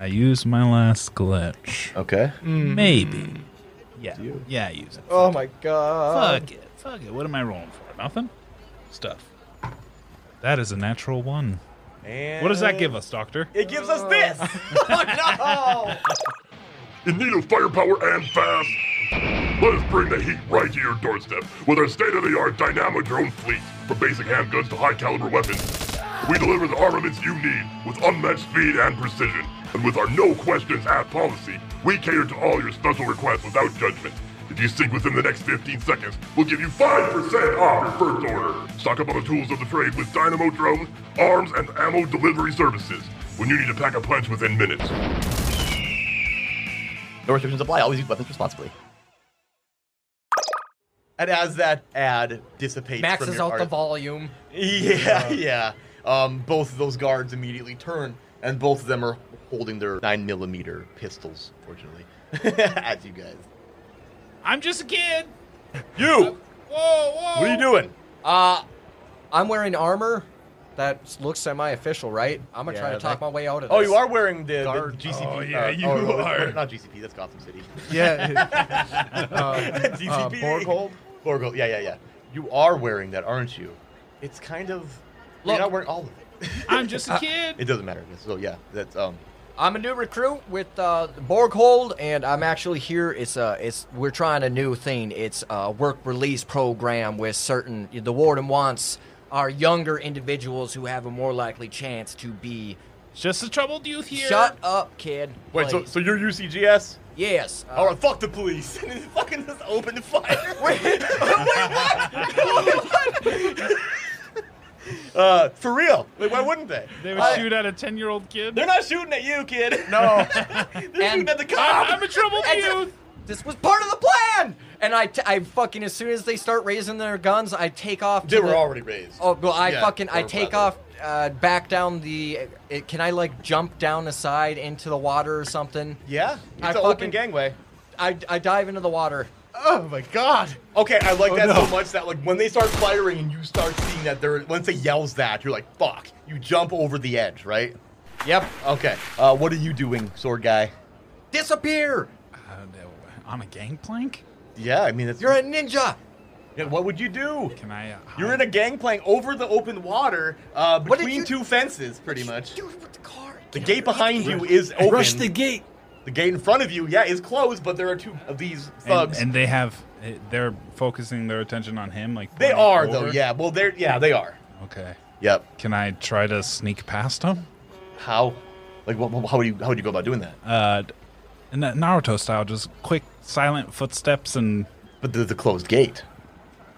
[SPEAKER 3] I use my last glitch.
[SPEAKER 1] Okay.
[SPEAKER 3] Maybe. Yeah. Yeah, I use it.
[SPEAKER 1] Mm-hmm. Oh my god.
[SPEAKER 3] Fuck it. Fuck it. What am I rolling for? Nothing? Stuff. That is a natural one. What does that give us, Doctor?
[SPEAKER 1] It gives us this. oh
[SPEAKER 10] In need of firepower and fast. Let us bring the heat right to your doorstep with our state-of-the-art dynamo drone fleet, from basic handguns to high-caliber weapons. We deliver the armaments you need with unmatched speed and precision, and with our no questions asked policy, we cater to all your special requests without judgment. If you sync within the next 15 seconds, we'll give you 5% off your first order. Stock up on the tools of the trade with dynamo drones, arms, and ammo delivery services when you need to pack a punch within minutes.
[SPEAKER 1] no! No restrictions apply. Always use weapons responsibly. And as that ad dissipates, from
[SPEAKER 7] Maxes
[SPEAKER 1] your
[SPEAKER 7] out the
[SPEAKER 1] art-
[SPEAKER 7] volume.
[SPEAKER 1] Yeah, yeah. Um, both of those guards immediately turn, and both of them are holding their nine millimeter pistols. Fortunately, at you guys.
[SPEAKER 3] I'm just a kid.
[SPEAKER 1] You.
[SPEAKER 3] Whoa, whoa.
[SPEAKER 1] What are you doing?
[SPEAKER 7] Uh, I'm wearing armor. That looks semi-official, right? I'm gonna try to talk my way out of this.
[SPEAKER 1] Oh, you are wearing the,
[SPEAKER 2] Guard.
[SPEAKER 1] the GCP.
[SPEAKER 6] Oh, yeah,
[SPEAKER 1] uh,
[SPEAKER 6] you
[SPEAKER 1] oh, no, it's-
[SPEAKER 6] are.
[SPEAKER 1] Not GCP. That's Gotham City.
[SPEAKER 2] Yeah.
[SPEAKER 7] Uh,
[SPEAKER 1] GCP.
[SPEAKER 2] Borghold?
[SPEAKER 1] Borghold. Yeah, yeah, yeah. You are wearing that, aren't you? It's kind of.
[SPEAKER 7] Look.
[SPEAKER 1] You're not wearing all of it.
[SPEAKER 3] I'm just a kid.
[SPEAKER 1] It doesn't matter. So yeah, that's um.
[SPEAKER 7] I'm a new recruit with uh, Borghold, and I'm actually here. It's uh, it's we're trying a new thing. It's a work release program with certain. The warden wants our younger individuals who have a more likely chance to be.
[SPEAKER 3] just a troubled youth here.
[SPEAKER 7] Shut up, kid.
[SPEAKER 1] Wait, so,
[SPEAKER 7] please.
[SPEAKER 1] so you're UCGS?
[SPEAKER 7] yes. uh,
[SPEAKER 1] All right, fuck the police. And then fucking just open fire. Wait, what? uh, for real? Like, why wouldn't they?
[SPEAKER 3] They would
[SPEAKER 1] I-
[SPEAKER 3] shoot at a ten-year-old kid.
[SPEAKER 1] They're not shooting at you, kid. No. They're shooting at the cop.
[SPEAKER 3] I'm a troubled
[SPEAKER 7] And so-
[SPEAKER 3] youth.
[SPEAKER 7] This was part of the plan, and I, t- I fucking as soon as they start raising their guns, I take off. to
[SPEAKER 1] they were
[SPEAKER 7] the-
[SPEAKER 1] already raised.
[SPEAKER 7] Oh well, I
[SPEAKER 1] Yeah,
[SPEAKER 7] fucking I
[SPEAKER 1] or
[SPEAKER 7] take
[SPEAKER 1] rather-
[SPEAKER 7] off uh, back down the. It, can I like jump down the side into the water or something?
[SPEAKER 1] Yeah, it's
[SPEAKER 7] I
[SPEAKER 1] an
[SPEAKER 7] fucking-
[SPEAKER 1] open gangway.
[SPEAKER 7] I, I dive into the water.
[SPEAKER 2] oh my god.
[SPEAKER 1] Okay, I
[SPEAKER 7] Oh,
[SPEAKER 1] like that so much that like when they start firing and you start seeing that they're once they yells that you're like fuck. You jump over the edge, right?
[SPEAKER 7] Yep.
[SPEAKER 1] Okay. Uh, what are you doing, sword guy?
[SPEAKER 7] Disappear.
[SPEAKER 3] Uh, no, on a gangplank?
[SPEAKER 1] Yeah, I mean that's
[SPEAKER 7] You're a ninja.
[SPEAKER 1] Yeah, what would you do?
[SPEAKER 3] Can I? Uh,
[SPEAKER 1] You're in a gangplank over the open water uh,
[SPEAKER 7] What did
[SPEAKER 1] between
[SPEAKER 7] you-
[SPEAKER 1] two fences, pretty much.
[SPEAKER 7] Dude, with the car.
[SPEAKER 1] The gate behind you is open.
[SPEAKER 5] Rush the gate.
[SPEAKER 1] The gate in front of you, yeah, is closed, but there are two of these
[SPEAKER 3] and,
[SPEAKER 1] thugs.
[SPEAKER 3] and they have. eh, They're focusing their attention on him. Like
[SPEAKER 1] they
[SPEAKER 3] pointing
[SPEAKER 1] are, though,
[SPEAKER 3] over.
[SPEAKER 1] yeah. Well, they're, yeah, they are.
[SPEAKER 3] Okay.
[SPEAKER 1] Yep.
[SPEAKER 3] Can I try to sneak past him?
[SPEAKER 1] How? Like, what, what- how would you how would you go about doing that?
[SPEAKER 3] Uh, d- in that Naruto style, just quick, silent footsteps, and
[SPEAKER 1] But there's a closed gate.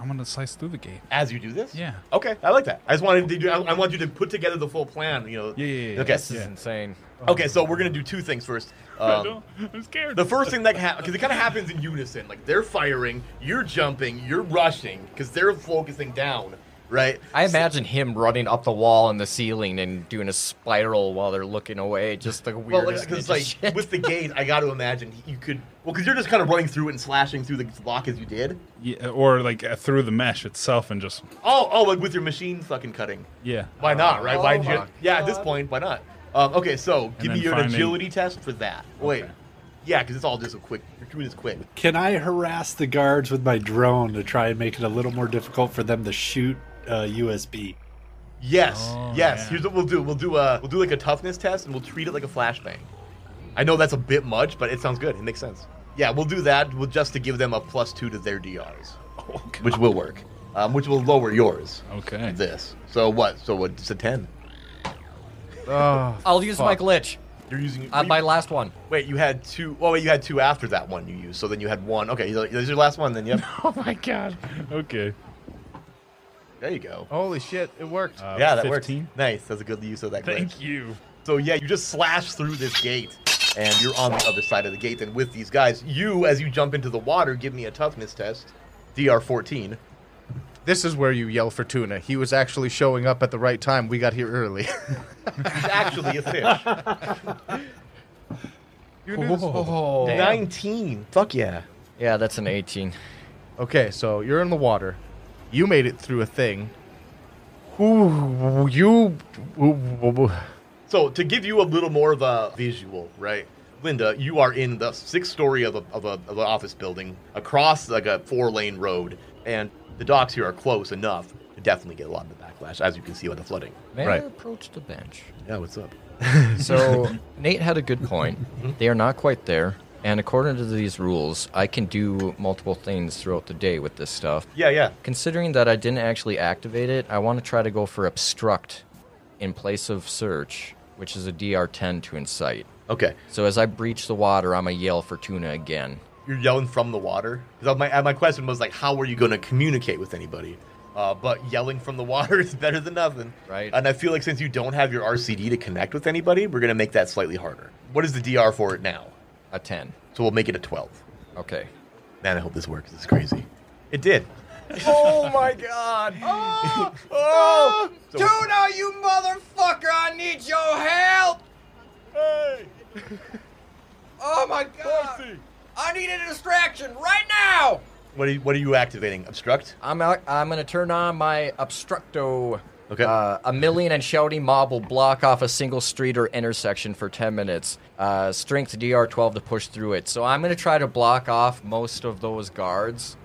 [SPEAKER 3] I'm gonna slice through the gate.
[SPEAKER 1] As you do this?
[SPEAKER 3] Yeah.
[SPEAKER 1] Okay, I like that. I just wanted to do, I, I want you to put together the full plan, you know.
[SPEAKER 3] Yeah, yeah, yeah,
[SPEAKER 1] Okay.
[SPEAKER 3] yes,
[SPEAKER 7] This is insane.
[SPEAKER 1] Okay, so we're going to do two things first. Um,
[SPEAKER 3] I'm scared.
[SPEAKER 1] The first thing that happens, because it kind of happens in unison. Like they're firing, you're jumping, you're rushing, because they're focusing down, right?
[SPEAKER 7] I imagine him running up the wall and the ceiling and doing a spiral while they're looking away. Just the
[SPEAKER 1] Well,
[SPEAKER 7] weirdest
[SPEAKER 1] because
[SPEAKER 7] ninja
[SPEAKER 1] like
[SPEAKER 7] shit.
[SPEAKER 1] with the gate, I got to imagine you could. Well, because you're just kind of running through it and slashing through the block as you did.
[SPEAKER 3] yeah, or like uh, through the mesh itself, and just
[SPEAKER 1] Oh, oh, like with your machine fucking cutting.
[SPEAKER 3] yeah.
[SPEAKER 1] Why not, right? Why
[SPEAKER 7] Oh
[SPEAKER 1] did you?
[SPEAKER 7] my
[SPEAKER 1] Yeah, at this point, why not? Um, okay, so give
[SPEAKER 3] then
[SPEAKER 1] me an
[SPEAKER 3] finding-
[SPEAKER 1] agility test for that. Wait, yeah, because it's all just a quick. You're doing this quick.
[SPEAKER 5] Can I harass the guards with my drone to try and make it a little more difficult for them to shoot uh, USB?
[SPEAKER 1] Yes,
[SPEAKER 3] Oh,
[SPEAKER 1] yes.
[SPEAKER 3] yeah.
[SPEAKER 1] uh, Here's what we'll do. We'll do a we'll do like a toughness test, and we'll treat it like a flashbang. I know that's a bit much, but it sounds good. It makes sense. Yeah, we'll do that. We'll just to give them a plus two to their DRs, which will work, um, which will lower yours.
[SPEAKER 6] Okay.
[SPEAKER 1] This. So what? So what? It's a ten.
[SPEAKER 3] Uh,
[SPEAKER 2] Oh,
[SPEAKER 7] I'll use my
[SPEAKER 1] Fuck.
[SPEAKER 7] glitch
[SPEAKER 1] You're using
[SPEAKER 7] on my last one.
[SPEAKER 1] Wait, you had two oh wait, you had two after that one you used. So then you had one. Okay, you- there's your last one. Then yep.
[SPEAKER 3] Oh my god. Okay.
[SPEAKER 1] There you go.
[SPEAKER 2] holy shit! It worked.
[SPEAKER 3] Uh,
[SPEAKER 1] yeah, that
[SPEAKER 3] 15?
[SPEAKER 1] works. Nice. That's a good use of that. glitch.
[SPEAKER 3] Thank you.
[SPEAKER 1] So yeah, you just slash through this gate, and you're on the other side of the gate. And with these guys, you as you jump into the water, give me a toughness test, DR 14.
[SPEAKER 2] this is where you yell for tuna. He was actually showing up at the right time. We got here early.
[SPEAKER 1] It's actually a fish.
[SPEAKER 2] You knew this-
[SPEAKER 1] Oh.
[SPEAKER 7] Whoa. Damn.
[SPEAKER 1] 19. Fuck yeah.
[SPEAKER 7] Yeah, that's an 18.
[SPEAKER 2] Okay, so you're in the water. You made it through a thing. Ooh, you. ooh,
[SPEAKER 1] So to give you a little more of a visual, right? Linda, you are in the sixth story of a, of a, of an office building across like a four lane road, and the docks here are close enough to definitely get a lot of the backlash, as you can see with the flooding.
[SPEAKER 7] May
[SPEAKER 2] Right.
[SPEAKER 7] I approach the bench?
[SPEAKER 1] Yeah, what's up?
[SPEAKER 7] So Nate had a good point. They are not quite there. And according to these rules, I can do multiple things throughout the day with this stuff.
[SPEAKER 1] Yeah, yeah.
[SPEAKER 7] Considering that I didn't actually activate it, I want to try to go for obstruct in place of search, which is a DR10 to incite.
[SPEAKER 1] Okay.
[SPEAKER 7] So as I breach the water, I'm a yell for tuna again.
[SPEAKER 1] you're yelling from the water. Because my my question was like, how are you going to communicate with anybody? Uh, but yelling from the water is better than nothing,
[SPEAKER 7] Right.
[SPEAKER 1] And I feel like since you don't have your RCD to connect with anybody, we're going to make that slightly harder. What is the DR for it now?
[SPEAKER 7] A 10.
[SPEAKER 1] So we'll make it a twelve.
[SPEAKER 7] Okay.
[SPEAKER 1] Man, I hope this works. This is crazy. It did.
[SPEAKER 7] Oh my god! Oh, oh, Tuna, you motherfucker! I need your help!
[SPEAKER 9] Hey,
[SPEAKER 7] Oh my
[SPEAKER 9] Percy!
[SPEAKER 7] I need a distraction right now!
[SPEAKER 1] What are you, what are you activating? Obstruct.
[SPEAKER 7] I'm out, I'm gonna turn on my obstructo.
[SPEAKER 1] Okay.
[SPEAKER 7] Uh, a million and shouting mob will block off a single street or intersection for 10 minutes. Uh, strength DR 12 to push through it. So I'm gonna try to block off most of those guards.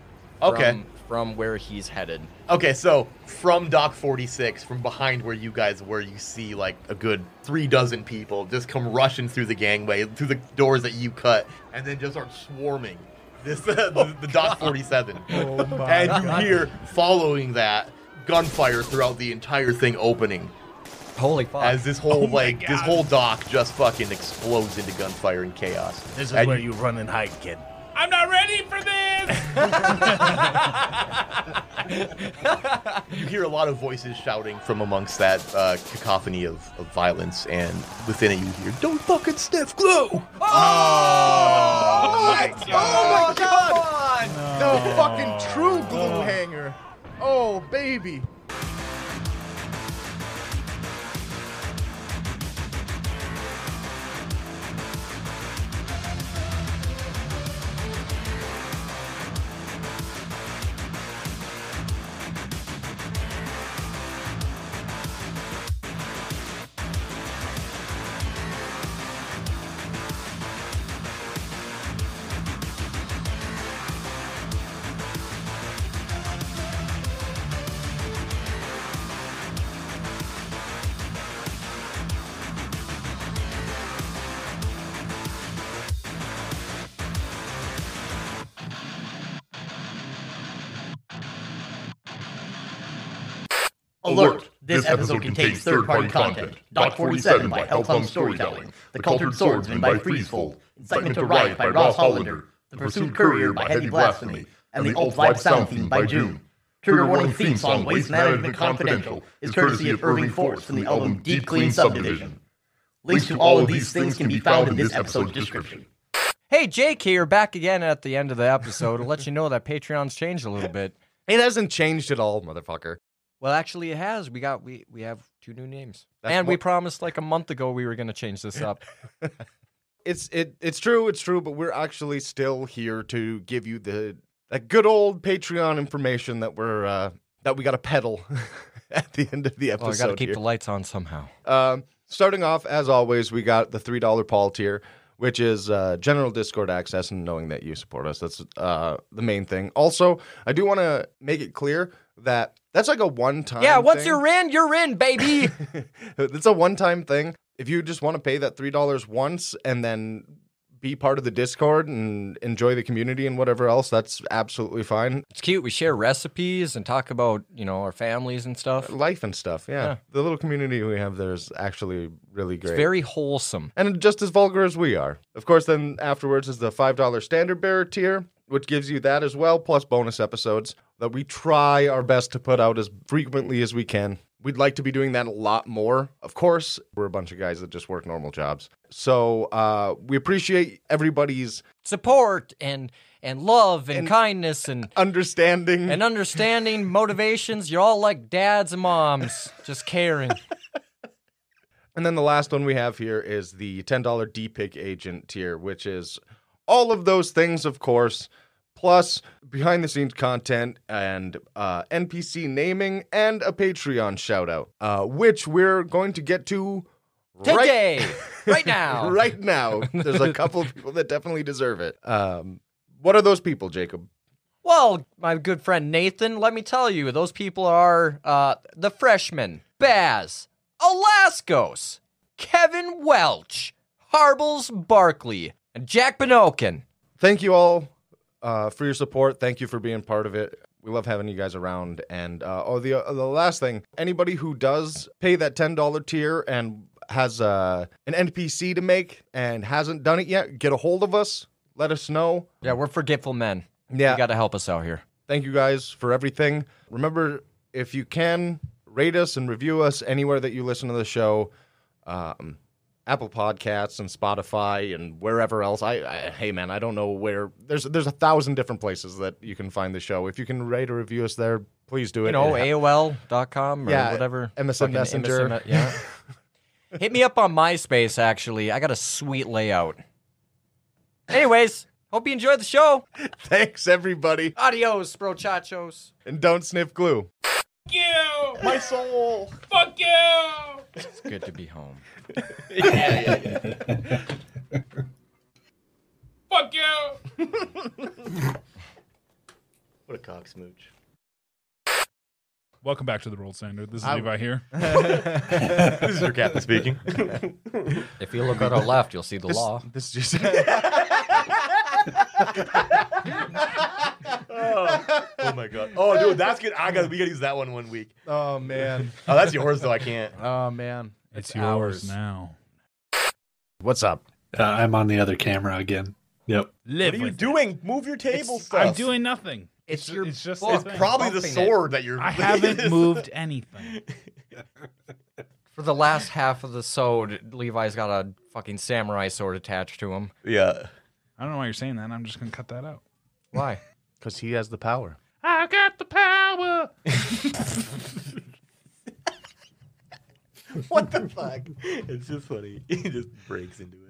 [SPEAKER 1] Okay.
[SPEAKER 7] From, from where he's headed.
[SPEAKER 1] Okay, so from Dock 46, from behind where you guys were, you see like a good three dozen people just come rushing through the gangway, through the doors that you cut, and then just start swarming this the, the Dock 47.
[SPEAKER 8] Oh
[SPEAKER 1] and you hear following that gunfire throughout the entire thing opening
[SPEAKER 7] Holy fuck.
[SPEAKER 1] as this
[SPEAKER 8] Oh
[SPEAKER 1] whole like this whole dock just fucking explodes into gunfire and chaos.
[SPEAKER 8] This is
[SPEAKER 1] And
[SPEAKER 8] where you run and hide, kid.
[SPEAKER 3] I'm not ready for this.
[SPEAKER 1] You hear a lot of voices shouting from amongst that uh, cacophony of, of violence, and within it you hear, "Don't fucking sniff glue."
[SPEAKER 8] Oh
[SPEAKER 1] Oh
[SPEAKER 2] Oh my god! The fucking true glue hanger. Oh baby.
[SPEAKER 10] Alert! This episode contains third-party content. Doc 47 by Hellthumb Storytelling. The Cultured Swordsman by Freezefold. Incitement to Riot by Ross Hollander. The Pursued Courier by Heavy Blasphemy. And the Alt Live Sound Theme by June. Trigger Warning theme song Waste Management Confidential is courtesy of Irving Force from the album Deep Clean Subdivision. Links to all of these things can be found in this episode's description.
[SPEAKER 7] Hey, Jake here, back again at the end of the episode to let you know that Patreon's changed a little bit.
[SPEAKER 8] It hasn't changed at all, motherfucker.
[SPEAKER 7] Well, actually, it has. We got we we have two new names,
[SPEAKER 2] That's
[SPEAKER 7] and we
[SPEAKER 2] what-
[SPEAKER 7] promised like a month ago we were going to change this up.
[SPEAKER 2] It's it it's true, it's true, but we're actually still here to give you the that good old Patreon information that we're uh that we gotta peddle at the end of the episode.
[SPEAKER 7] Well, Oh, I got to keep
[SPEAKER 2] here.
[SPEAKER 7] the lights on somehow.
[SPEAKER 2] Um, starting off, as always, we got the three dollar Paul tier, which is uh, general Discord access and knowing that you support us. That's uh, the main thing. Also, I do want to make it clear that that's like a one time.
[SPEAKER 7] yeah, once you're in, you're in, baby.
[SPEAKER 2] it's a one time thing.
[SPEAKER 11] if you just want to pay that three dollars once and then be part of the Discord and enjoy the community and whatever else, that's absolutely fine.
[SPEAKER 7] It's cute. We share recipes and talk about you know our families and stuff.
[SPEAKER 11] Life and stuff. Yeah. The little community we have there is actually really great.
[SPEAKER 7] very wholesome.
[SPEAKER 11] And just as vulgar as we are. Of course, then afterwards is the $5 standard bearer tier, which gives you that as well, plus bonus episodes that we try our best to put out as frequently as we can. We'd like to be doing that a lot more. Of course, we're a bunch of guys that just work normal jobs. So uh, we appreciate everybody's
[SPEAKER 7] support and and love and, kindness and
[SPEAKER 11] understanding
[SPEAKER 7] and understanding motivations. You're all like dads and moms, just caring.
[SPEAKER 11] And then the last one we have here is the $10 D-Pick agent tier, which is all of those things, of course, plus behind the scenes content and uh, NPC naming and a Patreon shout out, uh, which we're going to get to right-
[SPEAKER 7] Today, right now.
[SPEAKER 11] right now. There's a couple of people that definitely deserve it. Um, what are those people, Jacob?
[SPEAKER 7] Well, my good friend Nathan, let me tell you, those people are uh, the freshmen Baz, Alaskos, Kevin Welch, Harbles Barkley, and Jack Benokin.
[SPEAKER 11] thank you all uh, for your support. Thank you for being part of it. We love having you guys around. And uh, oh, the uh, the last thing, anybody who does pay that ten dollar tier and has uh, an NPC to make and hasn't done it yet, get a hold of us. Let us know.
[SPEAKER 7] Yeah, we're forgetful men.
[SPEAKER 11] Yeah.
[SPEAKER 7] You got to help us out here.
[SPEAKER 11] Thank you guys for everything. Remember, if you can, rate us and review us anywhere that you listen to the show. Um, Apple Podcasts and Spotify and wherever else. I, I hey man, I don't know where. There's there's a thousand different places that you can find the show. If you can rate or review us there, please do it.
[SPEAKER 7] You know,
[SPEAKER 11] It ha-
[SPEAKER 7] AOL.com or
[SPEAKER 11] Yeah,
[SPEAKER 7] whatever.
[SPEAKER 11] MSN
[SPEAKER 7] Fucking
[SPEAKER 11] Messenger.
[SPEAKER 7] MSN yeah. Hit me up on MySpace, actually. I got a sweet layout. Anyways, hope you enjoyed the show.
[SPEAKER 11] Thanks everybody,
[SPEAKER 7] Adios, bro chachos.
[SPEAKER 11] and don't sniff glue.
[SPEAKER 12] you!
[SPEAKER 1] My soul!
[SPEAKER 12] Fuck you!
[SPEAKER 7] It's good to be home.
[SPEAKER 12] Fuck you!
[SPEAKER 1] What a cock smooch.
[SPEAKER 3] Welcome back to the World Standard. This is
[SPEAKER 1] I-
[SPEAKER 3] Levi here.
[SPEAKER 1] This is your captain speaking.
[SPEAKER 7] If you look at our left, you'll see the
[SPEAKER 11] This-
[SPEAKER 7] law.
[SPEAKER 11] This just
[SPEAKER 1] oh. Oh my god. Oh, dude, that's good. I got. We gotta use that one one week.
[SPEAKER 11] Oh man.
[SPEAKER 1] Oh, that's yours though. I can't.
[SPEAKER 11] Oh man.
[SPEAKER 3] It's yours now.
[SPEAKER 11] What's up?
[SPEAKER 5] Uh, I'm on the other camera again. Yep.
[SPEAKER 3] Live
[SPEAKER 1] What are you
[SPEAKER 3] with it.
[SPEAKER 1] doing? Move your table
[SPEAKER 3] It's-
[SPEAKER 1] stuff.
[SPEAKER 3] I'm doing nothing.
[SPEAKER 7] It's your
[SPEAKER 3] it's just
[SPEAKER 7] book.
[SPEAKER 3] a thing.
[SPEAKER 1] Probably the
[SPEAKER 7] Bumping it.
[SPEAKER 1] sword that you're.
[SPEAKER 3] I haven't moved anything.
[SPEAKER 7] For the last half of the sewed, Levi's got a fucking samurai sword attached to him.
[SPEAKER 1] Yeah.
[SPEAKER 3] I don't know why you're saying that. I'm just gonna cut that out.
[SPEAKER 7] Why?
[SPEAKER 11] Because he has the power.
[SPEAKER 12] I got the power!
[SPEAKER 1] What the fuck? It's just funny. He just breaks into it.